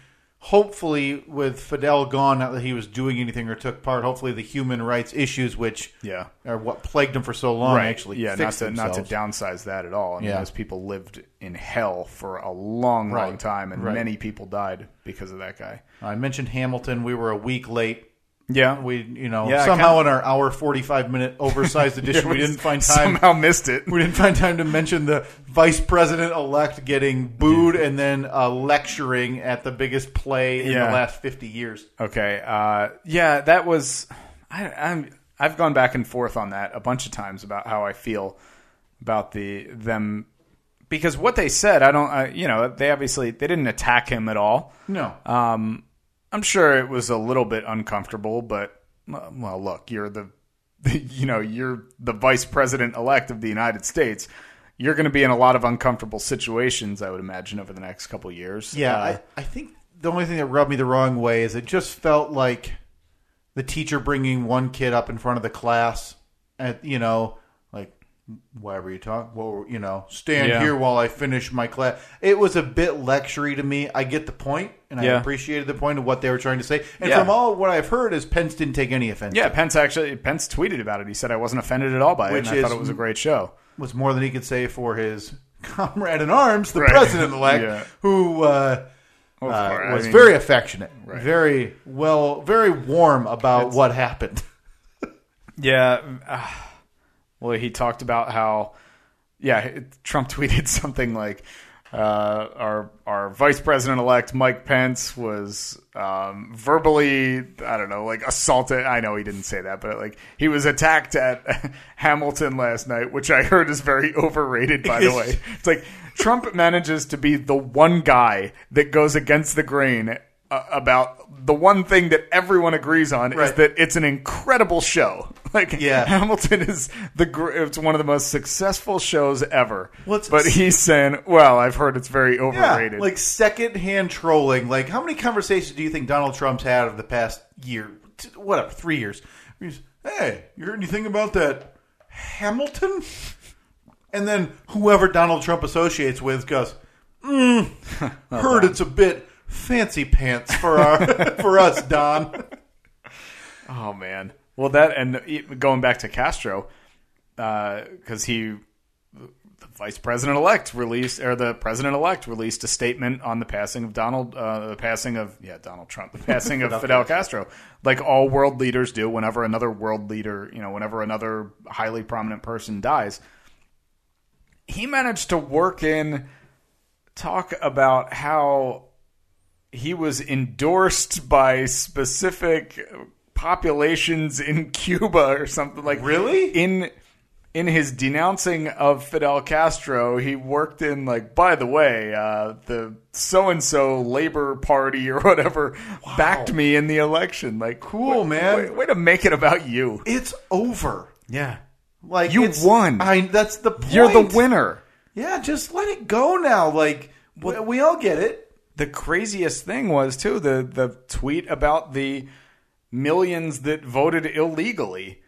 A: hopefully, with Fidel gone, not that he was doing anything or took part. Hopefully, the human rights issues, which
B: Yeah.
A: are what plagued him for so long, actually
B: yeah not
A: fixed
B: to not to
A: themselves.
B: downsize that at all I mean,
A: Yeah.
B: those people lived in hell for a long long
A: Right.
B: time and
A: Right.
B: many people died because of that guy
A: I mentioned Hamilton. We were a week late.
B: yeah
A: We, you know,
B: Yeah, I
A: somehow
B: kinda-
A: in our hour forty-five minute oversized edition, we didn't find time.
B: somehow missed it
A: We didn't find time to mention the vice president elect getting booed and then uh, lecturing at the biggest play in
B: Yeah.
A: the last fifty years.
B: Okay. Uh, yeah, that was. I, I'm. I've gone back and forth on that a bunch of times about how I feel about the them because what they said. I don't. I, you know, they obviously they didn't attack him at all. Um,
A: No,
B: I'm sure it was a little bit uncomfortable, but well, look, you're the, you know, you're the vice president elect of the United States. You're going to be in a lot of uncomfortable situations, I would imagine, over the next couple years.
A: Yeah,
B: Uh,
A: I, I think the only thing that rubbed me the wrong way is it just felt like the teacher bringing one kid up in front of the class at you know like why were you talking? What were, you know, stand
B: Yeah.
A: here while I finish my class. It was a bit lectury to me. I get the point, and I
B: Yeah.
A: appreciated the point of what they were trying to say. And
B: Yeah.
A: from all what I've heard, is Pence didn't take any offense.
B: yeah, Pence actually Pence tweeted about it. He said I wasn't offended at all by
A: Which
B: it, and I
A: is-
B: thought it was a great show.
A: was more than he could say for his comrade in arms, the
B: Right.
A: president elect,
B: Yeah.
A: who uh, uh,
B: course, I
A: was
B: mean-
A: very affectionate, very well, very warm about what happened.
B: Yeah. Uh, well, he talked about how, yeah, it- Trump tweeted something like, uh, our our vice president elect Mike Pence was um, verbally, I don't know, like assaulted. I know he didn't say that, but like he was attacked at Hamilton last night, which I heard is very overrated. By the way, it's like Trump manages to be the one guy that goes against the grain. Uh, about the one thing that everyone agrees on is
A: Right.
B: that it's an incredible show. Like,
A: Yeah.
B: Hamilton is the gr- it's one of the most successful shows ever.
A: Well, it's-
B: but he's saying, well, I've heard it's very overrated.
A: like secondhand trolling. Like, how many conversations do you think Donald Trump's had over the past year, t- whatever, three years? He's, hey, you heard anything about that Hamilton? And then whoever Donald Trump associates with goes,
B: Oh,
A: mm, heard it's a bit fancy pants for our for us, Don.
B: oh man. Well, that and e- going back to Castro, because he, the vice president elect released or the president elect released a statement on the passing of Donald, uh, the passing of yeah Donald Trump, the passing of Fidel Castro, like all world leaders do whenever another world leader, you know, whenever another highly prominent person dies. he managed to work in talk about how he was endorsed by specific populations in Cuba or something like
A: Really?
B: in in his denouncing of Fidel Castro, he worked in like by the way, uh, the so and so Labor Party or whatever backed me in the election. Like
A: Cool,
B: wa-
A: man.
B: Way, way to make it about you.
A: It's over.
B: Yeah.
A: Like
B: You
A: it's-
B: won.
A: I. That's the point.
B: You're the winner.
A: Yeah, just let it go now. Like we, we all get it.
B: the craziest thing was too the the tweet about the millions that voted illegally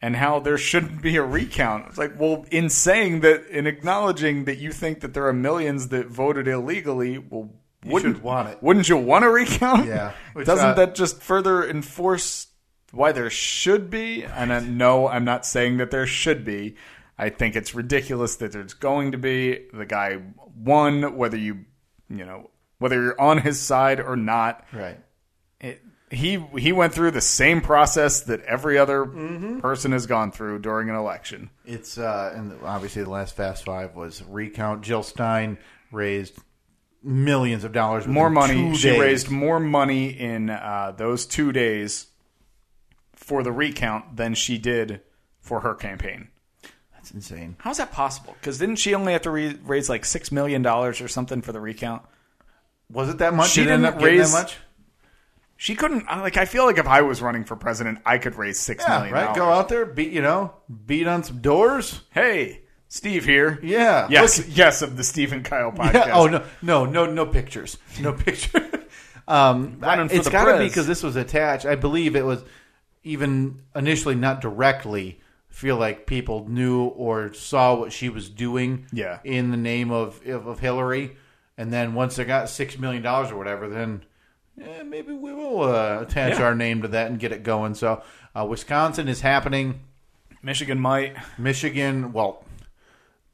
B: and how there shouldn't be a recount. It's like, well, in saying that, in acknowledging that you think that there are millions that voted illegally, well, wouldn't
A: should want it.
B: Wouldn't you want a recount?
A: Yeah. Which,
B: Doesn't
A: uh,
B: that just further enforce why there should be? And uh, no, I'm not saying that there should be. I think it's ridiculous that there's going to be. The guy won, whether you, you know, whether you're on his side or not.
A: Right.
B: It, he he went through the same process that every other person has gone through during an election.
A: It's uh, and obviously the last Fast Five was recount. Jill Stein raised millions of dollars. within
B: More money.
A: two
B: She
A: days.
B: raised more money in uh, those two days for the recount than she did for her campaign.
A: That's insane.
B: How's that possible? Because didn't she only have to re- raise like six million dollars or something for the recount?
A: Was it that much?
B: She
A: Did it end
B: didn't
A: up getting
B: raise-
A: that much.
B: She couldn't. I- Like, I feel like if I was running for president, I could raise six
A: Yeah,
B: million.
A: right. Go out there, beat you know, beat on some doors.
B: Hey, Steve here.
A: Yeah.
B: Yes. yes. Of the Steve and Kyle podcast.
A: Yeah, Oh no, no, no, no pictures, no picture. um, I,
B: Running for
A: it's
B: the
A: got to be
B: prez.
A: because this was attached. I believe it was even initially not directly. Feel like people knew or saw what she was doing.
B: Yeah.
A: in the name of of, of Hillary, and then once they got six million dollars or whatever, then. eh, maybe we will uh, attach
B: Yeah.
A: our name to that and get it going. So, uh, Wisconsin is happening.
B: Michigan might.
A: Michigan, well,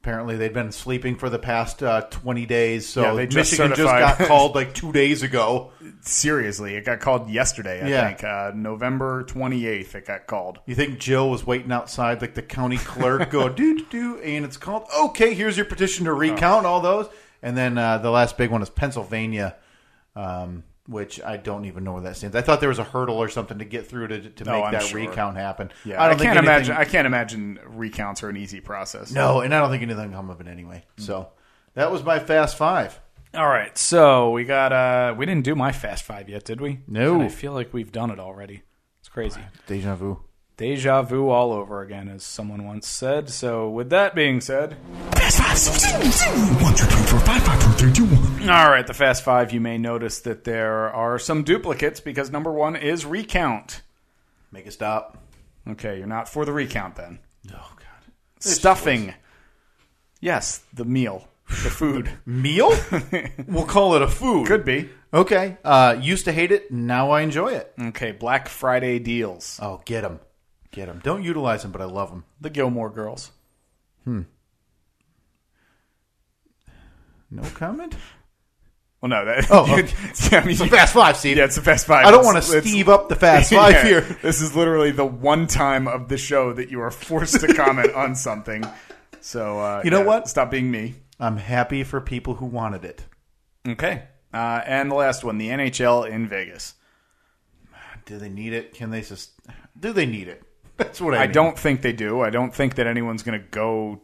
A: apparently they've been sleeping for the past uh, 20 days. So
B: Yeah, they just
A: Michigan just
B: certified.
A: got called like two days ago.
B: Seriously, it got called yesterday. I
A: Yeah.
B: think uh, November twenty eighth. It got called.
A: You think Jill was waiting outside like the county clerk go do do do and it's called okay here's your petition to
B: Oh.
A: recount all those and then uh, the last big one is Pennsylvania um, which I don't even know where that stands I thought there was a hurdle or something to get through to, to make
B: I'm
A: that
B: sure.
A: recount happen
B: Yeah, I,
A: don't think
B: can't
A: anything-
B: imagine. I can't imagine recounts are an easy process.
A: no and I don't think anything will come of it anyway
B: Hmm.
A: so that was my fast five
B: All right, so we got uh we didn't do my fast five yet, did we?
A: No.
B: And I feel like we've done it already. It's crazy.
A: deja vu
B: Deja vu all over again, as someone once said. So with that being said,
D: Fast five. zoom, zoom. One, two, three, four, five, five, four, three, two, one.
B: all right, the fast five, you may notice that there are some duplicates because number one is recount.
A: make it stop
B: Okay, you're not for the recount then.
A: oh god
B: Stuffing. Yes, the meal. The food.
A: meal? we'll call it a food.
B: Could be.
A: Okay. Uh, used to hate it. Now I enjoy it.
B: Okay, Black Friday deals.
A: Oh, get them. Get them. Don't utilize them, but I love them.
B: The Gilmore girls.
A: No comment?
B: Well, no, that.
A: Oh, okay.
B: yeah, I mean, you-
A: Fast five, Steve.
B: Yeah, it's the Fast Five.
A: I don't
B: It's-
A: want to
B: it's-
A: Steve up the fast five
B: Yeah,
A: here.
B: This is literally the one time of the show that you are forced to comment on something. So uh,
A: You know
B: yeah,
A: what?
B: Stop being me.
A: I'm happy for people who wanted it.
B: Okay. Uh, and the last one, the NHL in Vegas.
A: Do they need it? Can they just? Do they need it? That's what I.
B: I
A: mean.
B: don't think they do. I don't think that anyone's going to go.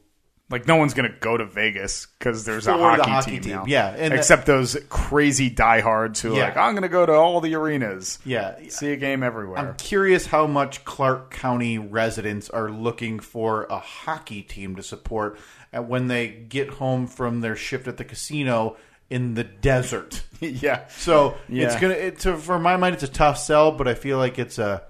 B: Like no one's going to go to Vegas because there's a
A: For the
B: hockey,
A: hockey
B: team,
A: team,
B: now.
A: yeah, and that-
B: except those crazy diehards who are
A: Yeah.
B: like, I'm going to go to all the arenas,
A: Yeah.
B: see a game everywhere.
A: I'm curious how much Clark County residents are looking for a hockey team to support uh, when they get home from their shift at the casino in the desert.
B: yeah,
A: So it's
B: Yeah.
A: gonna. It's a, for my mind, it's a tough sell, but I feel like it's a.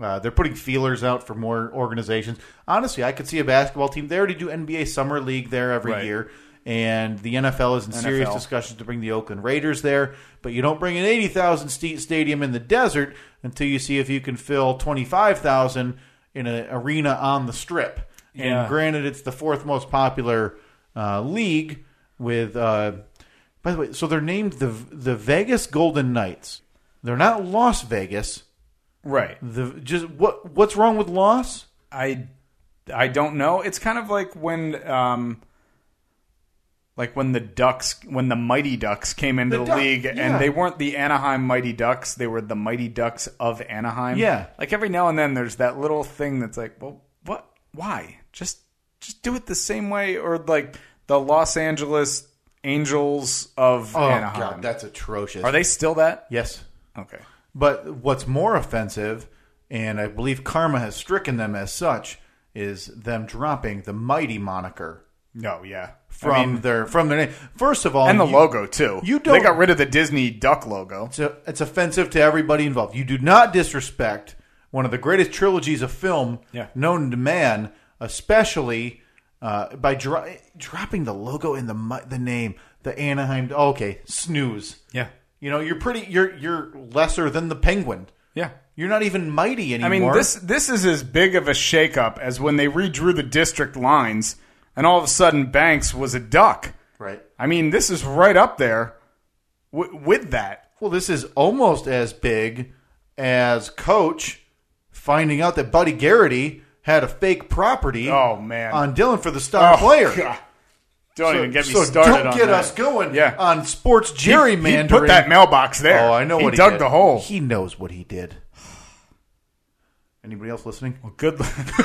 A: Uh, they're putting feelers out for more organizations. Honestly, I could see a basketball team. They already do NBA summer league there every
B: Right.
A: year, and the NFL is in serious
B: NFL.
A: discussions to bring the Oakland Raiders there. But you don't bring an eighty thousand seat stadium in the desert until you see if you can fill twenty five thousand in an arena on the strip.
B: Yeah.
A: And granted, it's the fourth most popular uh, league with. Uh, by the way, so they're named the the Vegas Golden Knights. They're not Las Vegas.
B: right.
A: The just what what's wrong with Las?
B: I I don't know. It's kind of like when um like when the Ducks, when the Mighty Ducks came into the,
A: Duck-
B: league,
A: yeah.
B: and they weren't the Anaheim Mighty Ducks, they were the Mighty Ducks of Anaheim.
A: Yeah.
B: like every now and then, there's that little thing that's like, well, what? Why? Just, just do it the same way, or like the Los Angeles Angels of
A: Oh
B: Anaheim.
A: god, that's atrocious.
B: Are they still that?
A: Yes.
B: Okay.
A: But what's more offensive, and I believe karma has stricken them as such, is them dropping the mighty moniker
B: No, yeah.
A: from their from their name. First of all,
B: and the
A: you-
B: logo too.
A: you
B: They
A: don't-
B: got rid of the Disney duck logo.
A: It's, it's offensive to everybody involved. You do not disrespect one of the greatest trilogies of film
B: Yeah.
A: known to man, especially uh, by dro- dropping the logo in the mi- the name, the Anaheim. oh, okay, snooze.
B: Yeah.
A: You know, you're pretty. You're you're lesser than the Penguin.
B: Yeah.
A: You're not even mighty
B: I
A: anymore.
B: mean, this this is as big of a shakeup as when they redrew the district lines, and all of a sudden Banks was a duck.
A: right.
B: I mean, this is right up there w- with that.
A: Well, this is almost as big as Coach finding out that Buddy Garrity had a fake property.
B: Oh, man.
A: on Dylan for the star player.
B: Oh, God. Don't even get me
A: so
B: started
A: don't
B: on
A: get
B: that.
A: us going
B: Yeah.
A: on sports gerrymandering.
B: He put that mailbox there.
A: oh, I know
B: he
A: what he
B: dug
A: did.
B: the hole.
A: He knows what he did. Anybody else listening?
B: good,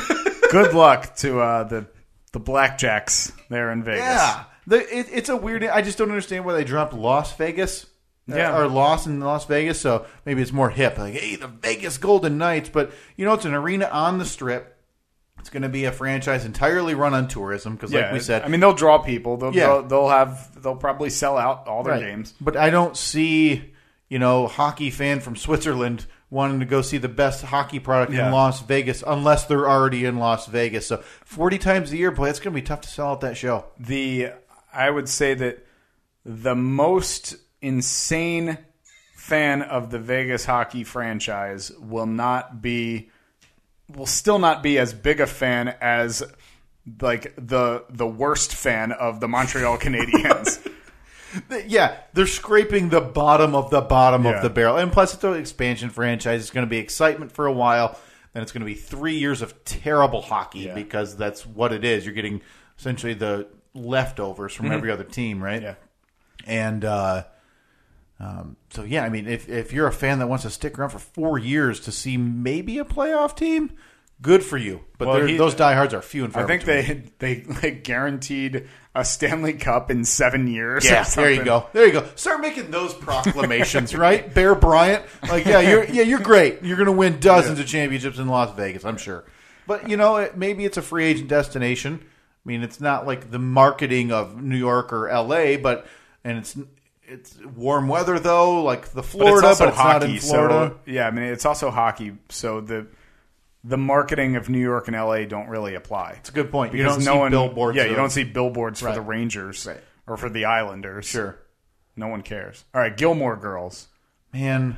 B: good luck to uh, the the blackjacks there in Vegas.
A: Yeah, the, it, it's a weird. I just don't understand why they dropped Las Vegas. uh,
B: Yeah.
A: or Lost in Las Vegas. So maybe it's more hip. Like, hey, the Vegas Golden Knights, but you know, it's an arena on the Strip. It's going to be a franchise entirely run on tourism because, like we said,
B: I mean, they'll draw people. They'll,
A: Yeah.
B: they'll they'll have they'll probably sell out all their
A: Right.
B: games.
A: But I don't see, you know, hockey fan from Switzerland wanting to go see the best hockey product
B: Yeah.
A: in Las Vegas unless they're already in Las Vegas. So forty times a year, boy, it's gonna be tough to sell out that show.
B: The I would say that the most insane fan of the Vegas hockey franchise will not be will still not be as big a fan as like the the worst fan of the Montreal Canadiens.
A: Th- Yeah, they're scraping the bottom of the bottom
B: Yeah.
A: of the barrel. And plus it's an expansion franchise. It's gonna be excitement for a while. Then it's gonna be three years of terrible hockey
B: Yeah.
A: because that's what it is. You're getting essentially the leftovers from every other team, right?
B: Mm-hmm. Yeah.
A: And uh, um, so, yeah, I mean, if, if you're a fan that wants to stick around for four years to see maybe a playoff team, good for you. But
B: Well,
A: they're
B: he-
A: those diehards are few and far
B: I think
A: between.
B: they they like guaranteed a Stanley Cup in seven years. or
A: Yeah, there you
B: something.
A: go. There you go. Start making those proclamations, right? Bear Bryant, like, yeah, you're yeah, you're great. You're going to win dozens of championships in Las Vegas, I'm sure. But you know, it, maybe it's a free agent destination. I mean, it's not like the marketing of New York or L.A., but and it's it's warm weather though, like the Florida, but it's, not in Florida.
B: So, yeah, I mean it's also hockey. So the the marketing of New York and LA don't really apply. It's
A: a good point. You don't see billboards
B: Yeah,
A: of-
B: you don't see billboards for the
A: Right.
B: Rangers
A: Right.
B: or for the Islanders.
A: Sure.
B: no one cares. All right, Gilmore Girls.
A: Man,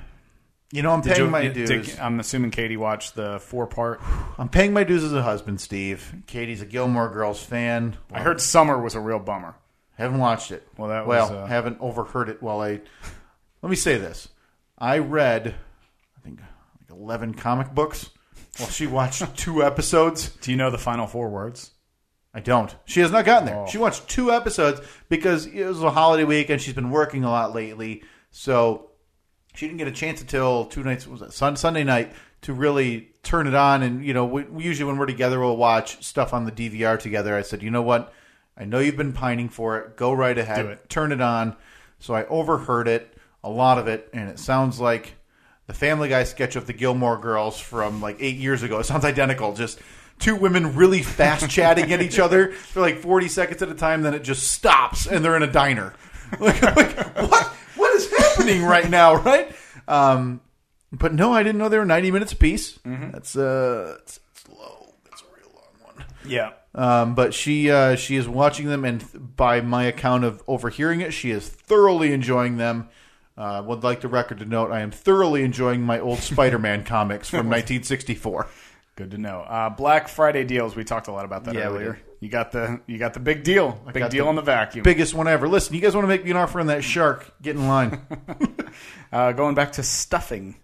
A: you know, I'm paying
B: Did-
A: my
B: did-
A: dues.
B: I'm assuming Katie watched the four part.
A: I'm paying my dues as a husband, Steve. Katie's a Gilmore Girls fan.
B: I heard Summer was a real bummer.
A: Haven't watched it.
B: Well, that
A: well,
B: was, uh,
A: haven't overheard it while I. Let me say this: I read, I think, like eleven comic books. While she watched two episodes.
B: Do you know the final four words?
A: I don't. She has not gotten there.
B: Oh.
A: She watched two episodes because it was a holiday week and she's been working a lot lately. So she didn't get a chance until two nights was it Sun, Sunday night to really turn it on. And you know, we, we usually when we're together, we'll watch stuff on the DVR together. I said, you know what? I know you've been pining for it. Go right ahead.
B: Do it.
A: Turn it on. So I overheard it, a lot of it, and it sounds like the Family Guy sketch of the Gilmore Girls from like eight years ago. It sounds identical. Just two women really fast chatting at each other for like forty seconds at a time, then it just stops, and they're in a diner. Like, like what? What is happening right now? Right? Um, but no, I didn't know they were ninety minutes apiece. That's uh, that's, that's low. That's a real long one.
B: Yeah.
A: Um, but she uh, she is watching them, and th- by my account of overhearing it, she is thoroughly enjoying them. Uh, would like the record to note I am thoroughly enjoying my old Spider-Man comics from 1964.
B: Good to know. Uh, Black Friday deals. We talked a lot about that
A: Yeah, we
B: earlier.
A: did.
B: You got the you got the big deal. Big
A: got
B: deal
A: the
B: on the vacuum.
A: Biggest one ever. Listen, you guys want to make me an offer on that shark? Get in line,
B: Uh, going back to stuffing.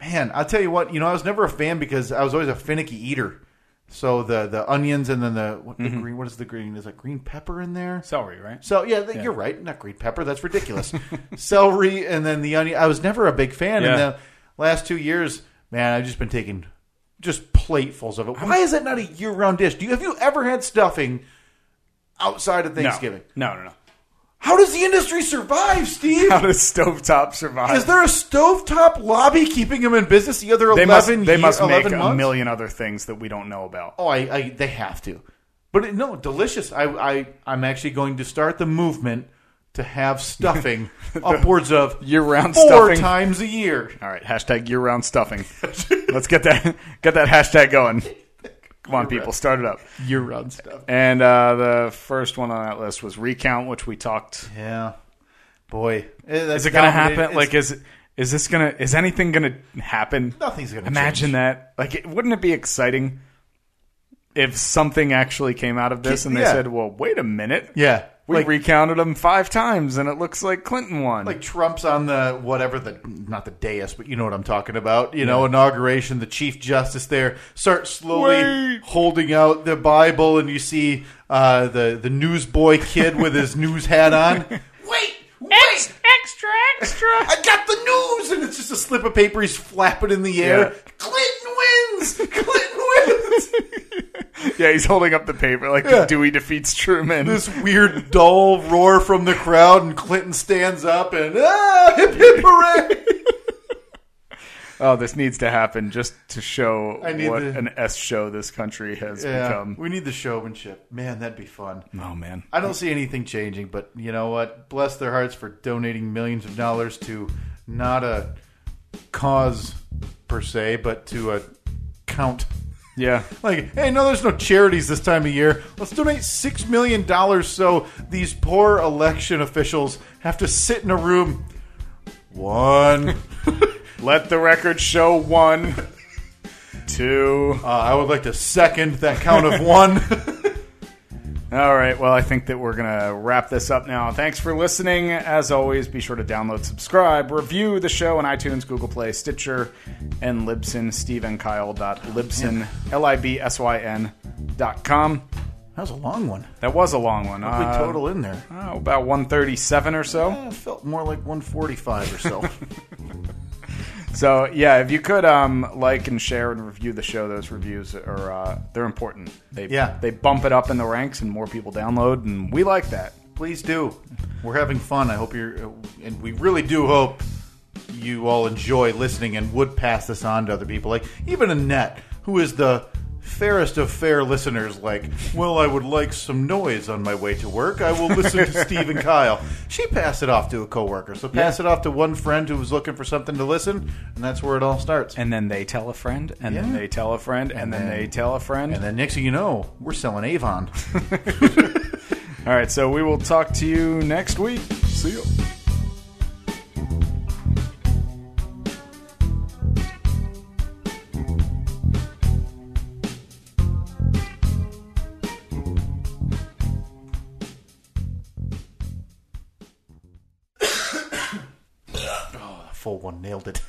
A: man. I'll tell you what. You know, I was never a fan because I was always a finicky eater. So the the onions and then the what the green what is the green is that green pepper in there?
C: Celery, right?
A: So yeah, th you're right. Not green pepper. That's ridiculous. Celery and then the onion. I was never a big fan. In
B: Yeah.
A: the last two years, man, I've just been taking just platefuls of it. Why is that not a year-round dish? Do you have you ever had stuffing outside of
C: No.
A: Thanksgiving?
C: No, no, no.
A: How does the industry survive, Steve?
B: How does stovetop survive?
A: Is there a stovetop lobby keeping them in business the other
B: they
A: eleven?
B: must, they
A: year-
B: must make
A: 11
B: a
A: months?
B: million other things that we don't know about.
A: Oh, I, I they have to. But it, no, delicious. I, I I'm actually going to start the movement to have stuffing upwards of
B: Year-round
A: four
B: stuffing.
A: times a year.
B: All right, hashtag year round stuffing. Let's get that get that hashtag going. Come on, people, start it up.
A: Year-round stuff.
B: And uh, the first one on that list was recount, which we talked.
A: Yeah, boy, Eh,
B: Is it going to happen? Like, is is this gonna? Is anything gonna happen?
A: Nothing's gonna
B: Imagine
A: change.
B: that. Like, it, wouldn't it be exciting if something actually came out of this and they
A: Yeah.
B: said, "Well, wait a minute,
A: yeah,
B: we
A: like,
B: recounted them five times, and it looks like Clinton won."
A: like Trump's on the whatever the not the dais, but you know what I'm talking about. You know, inauguration, the chief justice there starts slowly
B: Wait.
A: holding out the Bible, and you see uh, the the newsboy kid with his news hat on. Wait, wait,
C: Extra, extra.
A: I got the news, and it's just a slip of paper. He's flapping in the air.
B: Yeah.
A: Clinton wins. Clinton wins.
B: yeah, he's holding up the paper like
A: Yeah.
B: Dewey defeats Truman.
A: this weird dull roar from the crowd, and Clinton stands up and ah, hip hip hooray!
B: Oh, this needs to happen just to show
A: I need
B: what
A: the-
B: an S show this country has
A: Yeah,
B: become.
A: we need the showmanship, man. That'd be fun.
B: Oh man,
A: I don't see anything changing, but you know what? Bless their hearts for donating millions of dollars to not a cause per se, but to a count.
B: yeah.
A: Like, hey, no, there's no charities this time of year. Let's donate six million dollars so these poor election officials have to sit in a room. One.
B: Let the record show one, two.
A: Uh, I would like to second that count of one.
B: All right. Well, I think that we're gonna wrap this up now. Thanks for listening. As always, be sure to download, subscribe, review the show on iTunes, Google Play, Stitcher, and Libsyn. Steve and Kyle dot Libsyn L I B S Y N dot com.
A: that was a long one.
B: That was a long one.
A: Good
B: Uh,
A: total in there.
B: oh, about one thirty-seven or so.
A: Uh, felt more like 145 or so.
B: So yeah, if you could um, like and share and review the show, those reviews are uh, they're important. They
A: Yeah.
B: they bump it up in the ranks and more people download, and we like that.
A: Please do. We're having fun. I hope you're, uh, and we really do hope you all enjoy listening and would pass this on to other people. Like even Annette, who is the fairest of fair listeners, like, well, I would like some noise on my way to work. I will listen to Steve and Kyle. She passed it off to a coworker, so pass it off to one friend who was looking for something to listen, and that's where it all starts.
B: And then they tell a friend, and then
A: Yeah.
B: they tell a friend, and, then,
A: then-
B: they tell a friend.
A: And then next thing you know, we're selling Avon.
B: All right, so we will talk to you next week. See you.
A: Full one nailed it.